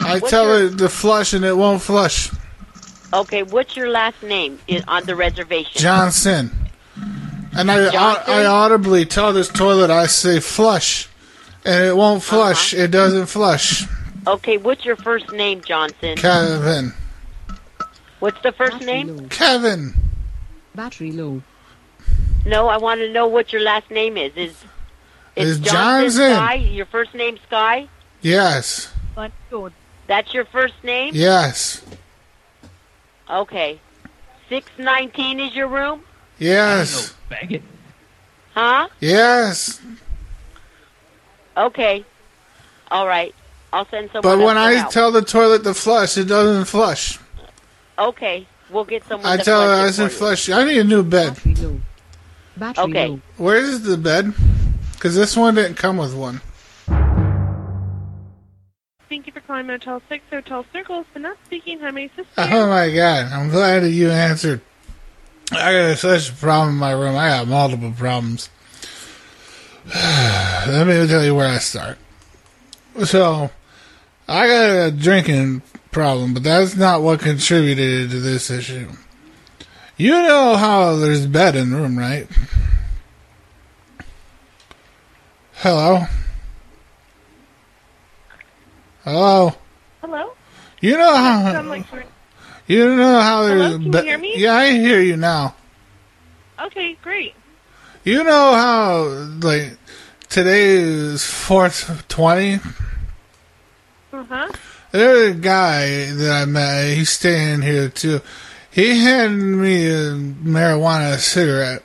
Speaker 2: I
Speaker 22: What's
Speaker 2: tell
Speaker 22: your-
Speaker 2: it to flush, and it won't flush.
Speaker 22: Okay. What's your last name in, on the reservation?
Speaker 2: Johnson. And I, I, I audibly tell this toilet, I say flush, and it won't flush. It doesn't flush.
Speaker 22: Okay. What's your first name, Johnson?
Speaker 2: Kevin.
Speaker 22: What's the first name?
Speaker 2: Kevin.
Speaker 22: Battery low. No, I want to know what your last name is. Is
Speaker 2: It's
Speaker 22: is
Speaker 2: Johnson.
Speaker 22: Sky? Your first name Sky?
Speaker 2: Yes.
Speaker 22: That's your first name.
Speaker 2: Yes.
Speaker 22: Okay. 619 is your room?
Speaker 2: Yes.
Speaker 23: Faggot.
Speaker 22: Huh?
Speaker 2: Yes.
Speaker 22: Okay. All right. I'll send someone.
Speaker 2: But when
Speaker 22: else
Speaker 2: I
Speaker 22: out.
Speaker 2: tell the toilet to flush, it doesn't flush.
Speaker 22: okay, we'll get someone.
Speaker 2: I
Speaker 22: to
Speaker 2: tell it
Speaker 22: flush
Speaker 2: I
Speaker 22: it
Speaker 2: said
Speaker 22: for you.
Speaker 2: flush. I need a new bed.
Speaker 22: Okay. low.
Speaker 2: Where is the bed? Because this one didn't come with one.
Speaker 12: Thank you for calling Motel 6 Hotel Circles, but not speaking. How may I assist you?
Speaker 2: Oh my god! I'm glad that you answered. I got such a problem in my room. I got multiple problems. Let me tell you where I start. So, I got a drinking problem, but that's not what contributed to this issue. You know how there's bed in the room, right? Hello. Hello.
Speaker 12: Hello?
Speaker 2: You know uh, how.
Speaker 12: Sound like we're-
Speaker 2: You know how there's
Speaker 12: Hello, can you
Speaker 2: be-
Speaker 12: hear me?
Speaker 2: Yeah, I hear you now.
Speaker 12: okay, great.
Speaker 2: You know how like today is fourth twenty.
Speaker 12: Uh huh.
Speaker 2: There's a guy that I met. He's staying here too. He handed me a marijuana cigarette,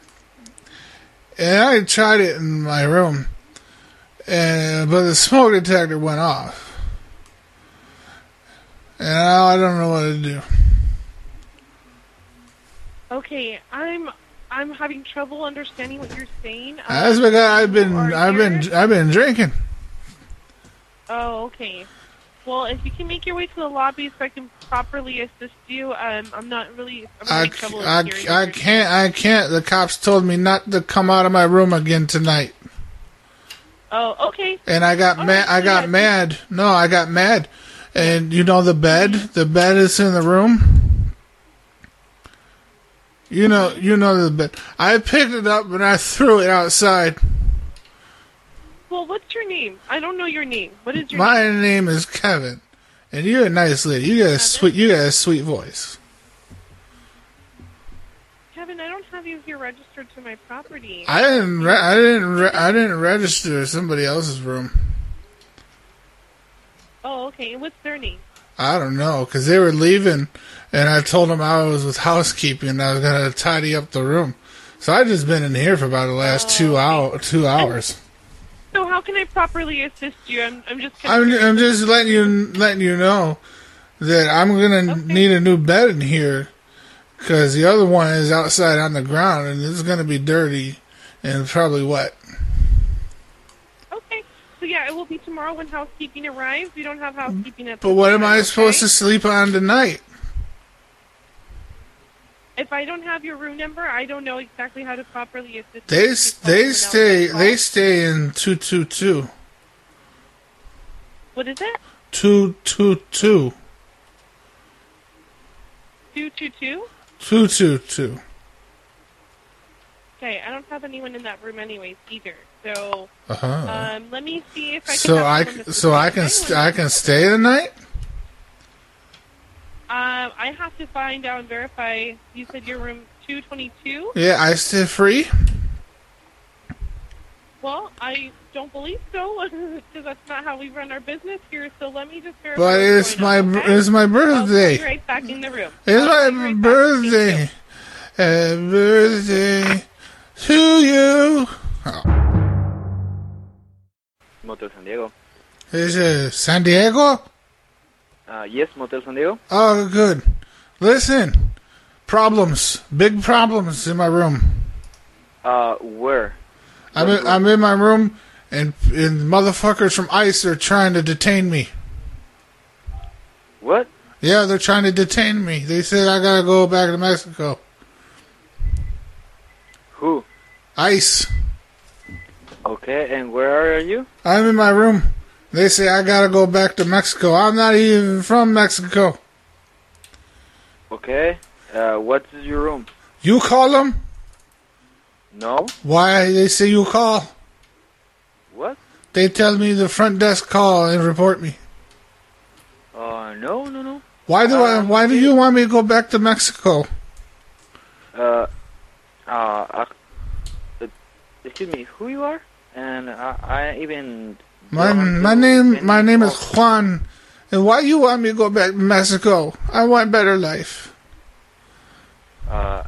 Speaker 2: and I tried it in my room, and but the smoke detector went off, and now I don't know what to do.
Speaker 12: Okay, I'm I'm having trouble understanding what you're saying. Uh,
Speaker 2: That's because I've been I've been I've been drinking.
Speaker 12: oh, okay. Well, if you can make your way to the lobby so I can properly assist you, um, I'm not really I'm
Speaker 2: I,
Speaker 12: having trouble
Speaker 2: I,
Speaker 12: hearing
Speaker 2: I
Speaker 12: you.
Speaker 2: can't I can't. The cops told me not to come out of my room again tonight,
Speaker 12: Oh, okay.
Speaker 2: and I got
Speaker 12: All
Speaker 2: mad.
Speaker 12: right,
Speaker 2: I
Speaker 12: so
Speaker 2: got
Speaker 12: yeah,
Speaker 2: mad. No, I got mad, and you know the bed. The bed is in the room. You know,
Speaker 12: Mm-hmm.
Speaker 2: you know the bed. I picked it up and I threw it outside.
Speaker 12: Well, what's your name? I don't know your name. What is your
Speaker 2: My name is Kevin, and you're a nice lady. You got a sweet. You got a sweet voice.
Speaker 12: Kevin? I don't have you here registered to my property.
Speaker 2: I didn't. Re- I didn't. Re- I didn't register somebody else's room.
Speaker 12: Oh, okay. And what's their name?
Speaker 2: I don't know, 'cause they were leaving, and I told them I was with housekeeping. and I was gonna tidy up the room, so I just been in here for about the last two hour two hours.
Speaker 12: So, how can I properly assist you? I'm I'm just kind of
Speaker 2: I'm I'm just letting you letting you know that I'm gonna need a new bed in here, 'cause the other one is outside on the ground, and it's gonna be dirty and probably wet.
Speaker 12: Okay. So yeah, it will be tomorrow when housekeeping arrives. We don't have housekeeping at.
Speaker 2: But
Speaker 12: this
Speaker 2: what am
Speaker 12: time,
Speaker 2: I
Speaker 12: okay?
Speaker 2: supposed to sleep on tonight?
Speaker 12: If I don't have your room number, I don't know exactly how to properly assist.
Speaker 2: They
Speaker 12: you.
Speaker 2: s- they stay they stay in two two two
Speaker 12: What is it?
Speaker 2: two two two
Speaker 12: Two two two.
Speaker 2: two two two.
Speaker 12: Okay, I don't have anyone in that room anyways either. So
Speaker 2: Uh-huh.
Speaker 12: um, let me see if I can.
Speaker 2: So
Speaker 12: have
Speaker 2: I
Speaker 12: someone
Speaker 2: c-
Speaker 12: to
Speaker 2: so
Speaker 12: assist
Speaker 2: I
Speaker 12: you.
Speaker 2: can st- I can stay the night.
Speaker 12: Um, I have to find out and verify. You said your room two twenty two.
Speaker 2: Yeah, I stay free.
Speaker 12: Well, I don't believe so because that's not how we run our business here. So let me just verify.
Speaker 2: But
Speaker 12: what's
Speaker 2: it's
Speaker 12: going
Speaker 2: my
Speaker 12: on,
Speaker 2: b-
Speaker 12: okay?
Speaker 2: it's my
Speaker 12: I'll be
Speaker 2: birthday.
Speaker 12: right back in the room.
Speaker 2: It's my birthday. Happy birthday to you. Oh.
Speaker 18: Motel San Diego.
Speaker 2: Is it San Diego?
Speaker 18: Uh, yes, Motel San Diego.
Speaker 2: Oh, good. Listen, problems, big problems in my room.
Speaker 18: Uh, where?
Speaker 2: I'm in, I'm in my room, and and motherfuckers from ICE are trying to detain me.
Speaker 18: What?
Speaker 2: Yeah, they're trying to detain me. They said I gotta go back to Mexico.
Speaker 18: Who?
Speaker 2: ICE.
Speaker 18: Okay, and where are you?
Speaker 2: I'm in my room. They say I gotta go back to Mexico. I'm not even from Mexico.
Speaker 18: Okay. Uh, what's your room?
Speaker 2: You call them?
Speaker 18: No.
Speaker 2: Why they say you call?
Speaker 18: What?
Speaker 2: They tell me the front desk call and report me.
Speaker 18: Uh, no, no, no.
Speaker 2: Why do I? Why do you want me to go back to Mexico?
Speaker 18: Uh, uh, uh, excuse me. Who you are? And I, I even
Speaker 2: My my name my name is Juan, and why you want me to go back to Mexico? I want better life.
Speaker 18: uh, uh,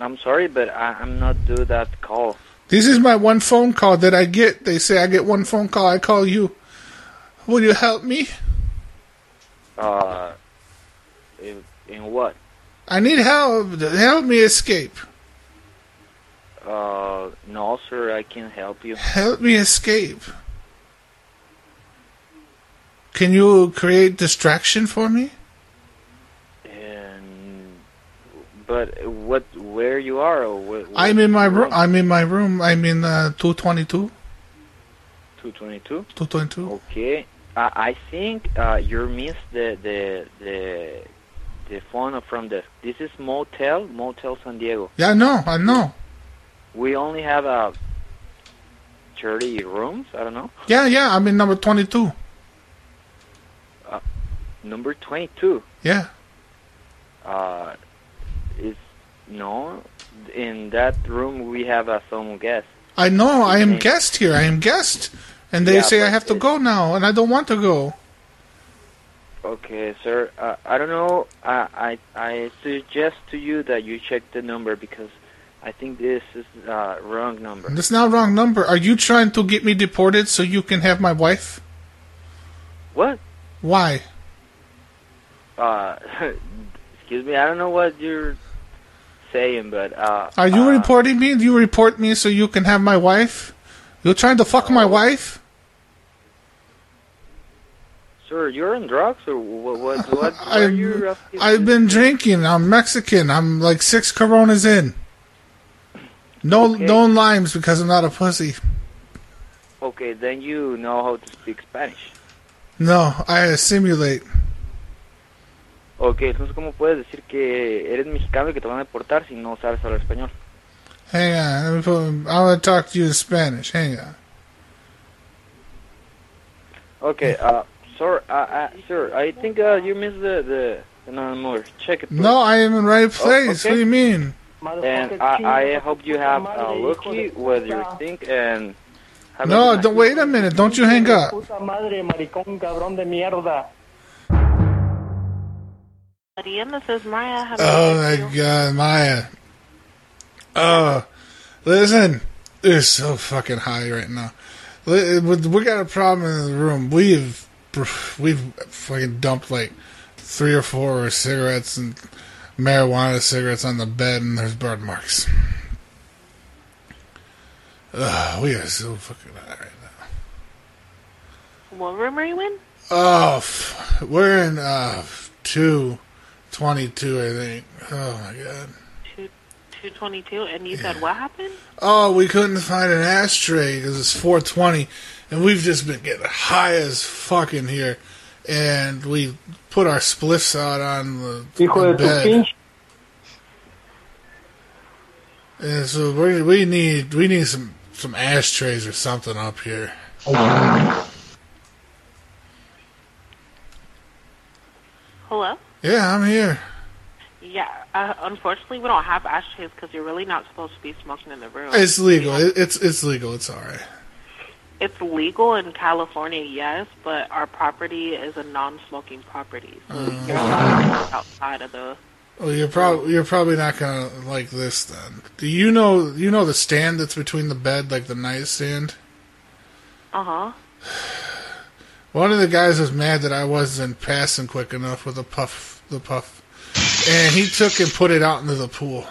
Speaker 18: I'm sorry, but I, I'm not do that call.
Speaker 2: This is my one phone call that I get. They say I get one phone call. I call you. Will you help me?
Speaker 18: Uh, in, in what?
Speaker 2: I need help. Help me escape.
Speaker 18: Uh, no, sir, I can't help you.
Speaker 2: Help me escape. Can you create distraction for me?
Speaker 18: And but what? Where you are? Or what,
Speaker 2: I'm in my room. I'm in my room. I'm in uh, 222.
Speaker 18: Two twenty-two.
Speaker 2: 222.
Speaker 18: Okay. Uh, I think uh, you missed the the the the phone from the. This is motel motel San Diego.
Speaker 2: Yeah, I know. I know.
Speaker 18: We only have uh, thirty rooms. I don't know.
Speaker 2: Yeah, yeah. I'm in number 22.
Speaker 18: Uh, number twenty-two.
Speaker 2: Yeah.
Speaker 18: Uh, is no. In that room we have uh, some guests.
Speaker 2: I know. I am guest here. I am guest. And they
Speaker 18: Yeah,
Speaker 2: say I
Speaker 18: but
Speaker 2: have to go now, and I don't want to go.
Speaker 18: Okay, sir. Uh, I don't know. I, I I suggest to you that you check the number because I think this is uh, wrong number.
Speaker 2: That's not wrong number. Are you trying to get me deported so you can have my wife?
Speaker 18: What?
Speaker 2: Why?
Speaker 18: Uh, excuse me. I don't know what you're saying, but uh,
Speaker 2: Are you reporting me? Do you report me so you can have my wife? You're trying to fuck
Speaker 18: Oh.
Speaker 2: my wife?
Speaker 18: sir, you're on drugs or what? What? what what are you?
Speaker 2: I,
Speaker 18: up to?
Speaker 2: I've been drinking. I'm Mexican. I'm like six Coronas in. No, no limes because I'm not a pussy.
Speaker 18: Okay, then you know how to speak Spanish.
Speaker 2: No, I simulate.
Speaker 18: Okay, entonces cómo puedes decir que eres mexicano y que te van a deportar si no sabes hablar español?
Speaker 2: Hang on. Let me put, I want to talk to you in Spanish. Hang on.
Speaker 18: Okay, uh, sir, uh, uh, sir, I think uh, you missed the the the number. Check it.
Speaker 2: No, I am in right
Speaker 18: Oh,
Speaker 2: place. What do
Speaker 18: okay.
Speaker 2: you mean?
Speaker 18: And I, I hope you have a lucky what you think and. have a
Speaker 2: No,
Speaker 18: good
Speaker 2: don't,
Speaker 18: night.
Speaker 2: wait a minute. Don't you hang up.
Speaker 21: Puta madre, maricón, cabrón de mierda.
Speaker 12: Diana says Maya. Have
Speaker 2: Oh my god, Maya. Uh, listen, they're so fucking high right now. Li- We we got a problem in the room. We've we've fucking dumped like three or four cigarettes and marijuana cigarettes on the bed, and there's bird marks. Ugh, we are so fucking high right now.
Speaker 12: What room are you in?
Speaker 2: Oh, f- we're in uh two twenty two, I think. Oh my god.
Speaker 12: Two two twenty two. And you said what happened?
Speaker 2: Oh, we couldn't find an ashtray because it's 420, and we've just been getting high as fuck in here, and we put our spliffs out on the,
Speaker 21: Hijo
Speaker 2: the
Speaker 21: de tu
Speaker 2: bed.
Speaker 21: pinche.
Speaker 2: And so we we need we need some some ashtrays or something up here.
Speaker 12: Hello.
Speaker 2: Yeah, I'm here.
Speaker 12: Yeah. Uh, unfortunately, we don't have ashtrays because you're really not supposed to be smoking in the room.
Speaker 2: It's legal. It, it's it's legal. It's all right.
Speaker 12: It's legal in California, yes, but our property is a non-smoking property, so
Speaker 2: Mm.
Speaker 12: you're not outside of the.
Speaker 2: Well, you're probably you're probably not gonna like this then. Do you know you know the stand that's between the bed, like the nightstand?
Speaker 12: Uh huh.
Speaker 2: One of the guys was mad that I wasn't passing quick enough with the puff, the puff, and he took and put it out into the pool.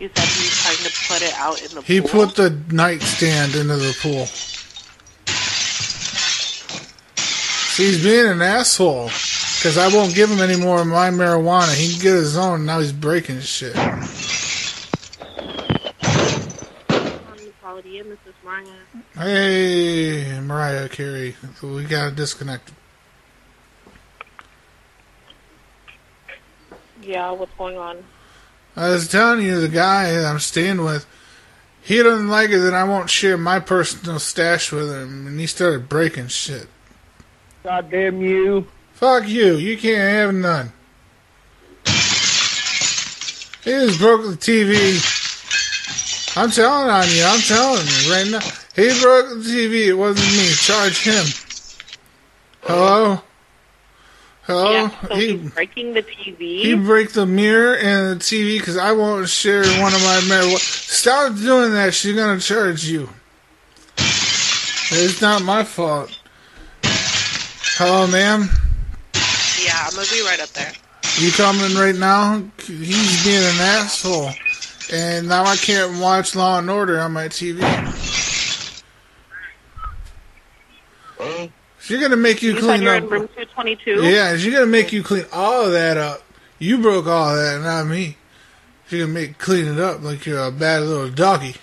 Speaker 12: You said he's trying to put it out in the
Speaker 2: He
Speaker 12: pool.
Speaker 2: put the nightstand into the pool. See, he's being an asshole because I won't give him any more of my marijuana. He can get his own. and Now he's breaking shit.
Speaker 12: Quality Um, and Mrs. Martin.
Speaker 2: Hey, Mariah Carey, we got disconnected.
Speaker 12: Yeah, what's going on?
Speaker 2: I was telling you, the guy that I'm staying with, he doesn't like it that I won't share my personal stash with him, and he started breaking shit.
Speaker 21: God damn you.
Speaker 2: Fuck you. You can't have none. He just broke the TV. I'm telling on you. I'm telling you right now. He broke the TV. It wasn't me. Charge him. Hello? Oh,
Speaker 12: yeah, so
Speaker 2: he-
Speaker 12: he's breaking the TV.
Speaker 2: He break the mirror and the TV because I won't share one of my mirror. Stop doing that. She's gonna charge you. It's not my fault. Hello, ma'am.
Speaker 12: yeah, I'm gonna be right up there.
Speaker 2: You coming right now? He's being an asshole, and now I can't watch Law and Order on my TV. She's gonna make you,
Speaker 12: You said
Speaker 2: clean
Speaker 12: you're
Speaker 2: up.
Speaker 12: in room 222.
Speaker 2: Yeah, she's gonna make you clean all of that up. You broke all of that, not me. She's gonna make clean it up like you're a bad little doggy.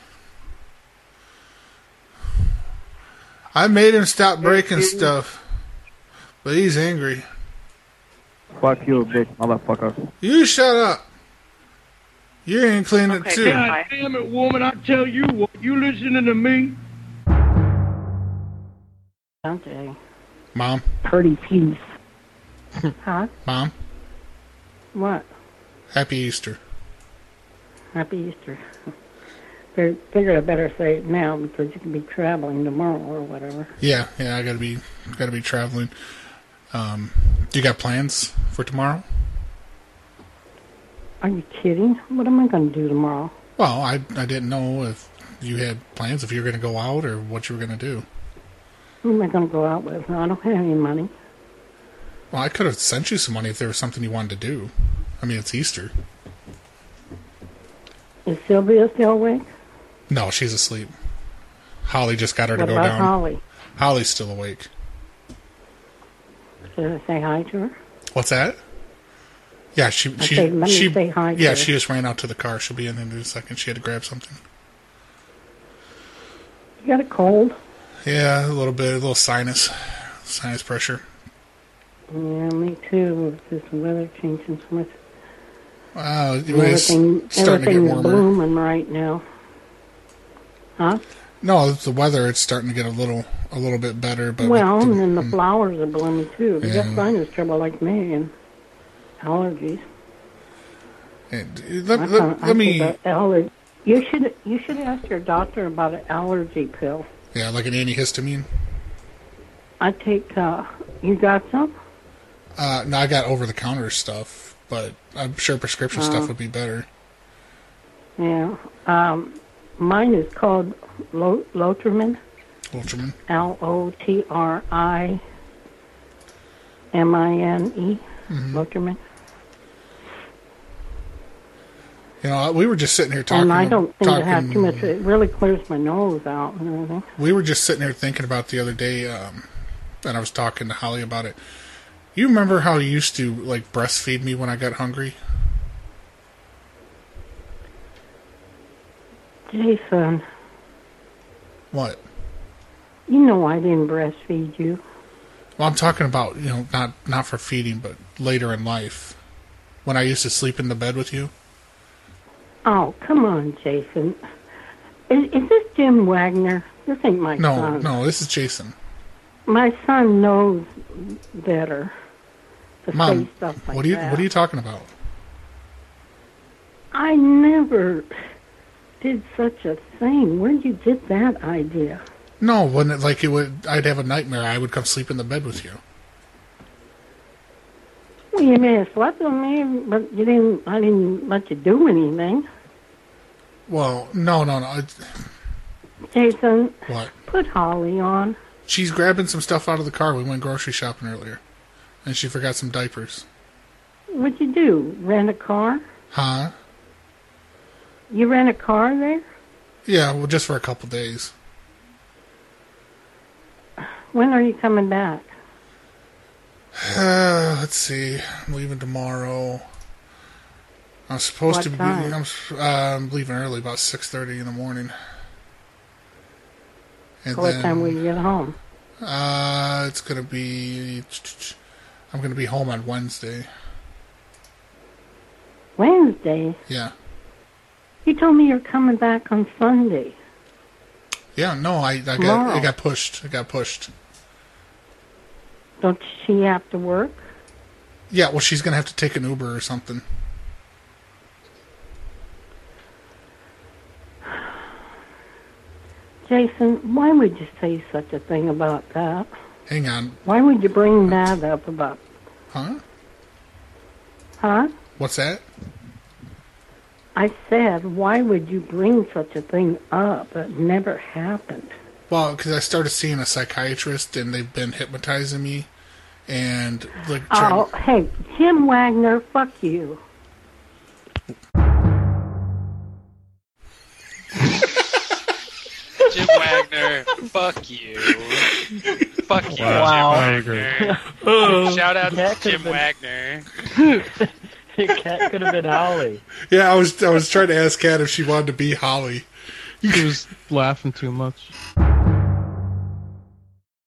Speaker 2: I made him stop breaking stuff, but he's angry.
Speaker 1: Fuck you, bitch, motherfucker.
Speaker 2: You shut up. You ain't clean it too.
Speaker 1: God damn it, woman! I tell you what, you listening to me?
Speaker 23: Okay.
Speaker 2: Mom,
Speaker 23: Pretty piece. huh?
Speaker 2: mom,
Speaker 23: What?
Speaker 2: happy Easter.
Speaker 23: Happy Easter. Fig- Figure I better say it now because you can be traveling tomorrow or whatever.
Speaker 2: Yeah, yeah, I gotta be, gotta be traveling. Um, do you got plans for tomorrow?
Speaker 23: Are you kidding? What am I going to do tomorrow?
Speaker 2: Well, I I didn't know if you had plans, if you were going to go out or what you were going to do.
Speaker 23: Who am I going to go out with? I don't have any money.
Speaker 2: Well, I could have sent you some money if there was something you wanted to do. I mean, it's Easter.
Speaker 23: Is Sylvia still awake?
Speaker 2: No, she's asleep. Holly just got her
Speaker 23: what
Speaker 2: to go
Speaker 23: about
Speaker 2: down.
Speaker 23: Holly?
Speaker 2: Holly's still awake.
Speaker 23: Should I say hi to her?
Speaker 2: What's that? Yeah, she
Speaker 23: I
Speaker 2: she
Speaker 23: said, let me
Speaker 2: she
Speaker 23: say hi to
Speaker 2: yeah
Speaker 23: her.
Speaker 2: she just ran out to the car. She'll be in in a second. She had to grab something.
Speaker 23: You got a cold?
Speaker 2: Yeah, a little bit, a little sinus, sinus pressure.
Speaker 23: Yeah, me too. With this weather changing so much.
Speaker 2: Wow, it's starting
Speaker 23: everything,
Speaker 2: to get
Speaker 23: everything's
Speaker 2: warmer.
Speaker 23: blooming right now. Huh?
Speaker 2: No, it's the weather it's starting to get a little a little bit better, but mm.
Speaker 23: well, and then the flowers are blooming too. If you
Speaker 2: Yeah.
Speaker 23: got sinus trouble like me and allergies.
Speaker 2: And let,
Speaker 23: I
Speaker 2: let,
Speaker 23: thought- I
Speaker 2: let me,
Speaker 23: think that aller- you should you should ask your doctor about an allergy pill.
Speaker 2: yeah, like an antihistamine.
Speaker 23: I take. Uh, you got some?
Speaker 2: Uh, no, I got over the counter stuff, but I'm sure prescription
Speaker 23: Oh.
Speaker 2: stuff would be better.
Speaker 23: Yeah. Um, mine is called Lo- Lotrimin.
Speaker 2: Ultraman.
Speaker 23: L O T R I M I N E.
Speaker 2: Mm-hmm.
Speaker 23: Lotrimin.
Speaker 2: You know, we were just sitting here talking.
Speaker 23: and I don't seem
Speaker 2: talking,
Speaker 23: to have too much. It really clears my nose out and everything.
Speaker 2: We were just sitting here thinking about the other day, um, and I was talking to Holly about it. You remember how you used to like breastfeed me when I got hungry?
Speaker 23: Jason,
Speaker 2: What?
Speaker 23: you know I didn't breastfeed you.
Speaker 2: Well, I'm talking about you know not not for feeding, but later in life when I used to sleep in the bed with you.
Speaker 23: Oh, come on, Jason. Is, is this Jim Wagner? This ain't my
Speaker 2: no,
Speaker 23: son.
Speaker 2: no, this is Jason.
Speaker 23: My son knows better to
Speaker 2: Mom,
Speaker 23: say stuff like
Speaker 2: what are you
Speaker 23: that.
Speaker 2: what are you talking about?
Speaker 23: I never did such a thing. Where'd you get that idea?
Speaker 2: No, when it, like it would, I'd have a nightmare. I would come sleep in the bed with you.
Speaker 23: Well, you may have slept with me, but you didn't. I didn't let you do anything,
Speaker 2: Well, no, no, no. It's,
Speaker 23: Jason.
Speaker 2: what?
Speaker 23: Put Holly on.
Speaker 2: She's grabbing some stuff out of the car. We went grocery shopping earlier, and she forgot some diapers.
Speaker 23: What'd you do? Rent a car?
Speaker 2: Huh?
Speaker 23: You rent a car there?
Speaker 2: Yeah, well, just for a couple days.
Speaker 23: When are you coming back?
Speaker 2: Uh, let's see. I'm leaving tomorrow. I'm supposed
Speaker 23: What
Speaker 2: to be.
Speaker 23: time?
Speaker 2: I'm, s- uh, I'm leaving early, about six thirty in the morning. And
Speaker 23: what
Speaker 2: then,
Speaker 23: time will you get home?
Speaker 2: Uh, it's gonna be. I'm gonna be home on Wednesday.
Speaker 23: Wednesday.
Speaker 2: Yeah.
Speaker 23: You told me you're coming back on Sunday.
Speaker 2: Yeah, no, I, I got
Speaker 23: Tomorrow.
Speaker 2: it got pushed. It got pushed.
Speaker 23: Don't she have to work?
Speaker 2: Yeah, well, she's gonna have to take an Uber or something.
Speaker 23: Jason, why would you say such a thing about that?
Speaker 2: Hang on,
Speaker 23: Why would you bring that up about
Speaker 2: Huh?
Speaker 23: Huh?
Speaker 2: What's that?
Speaker 23: I said, why would you bring such a thing up? It never happened.
Speaker 2: Well, because I started seeing a psychiatrist and they've been hypnotizing me, and like,
Speaker 23: Oh,
Speaker 2: trying-
Speaker 23: hey, Jim Wagner, fuck you.
Speaker 18: Jim Wagner, fuck you. Fuck you,
Speaker 13: Wow.
Speaker 18: Jim
Speaker 13: Wagner.
Speaker 18: Wagner. Shout out to
Speaker 13: That
Speaker 18: Jim
Speaker 13: could've been-
Speaker 18: Wagner.
Speaker 13: Your cat could have been Holly.
Speaker 2: yeah, I was I was trying to ask Kat if she wanted to be Holly.
Speaker 14: She was laughing too much.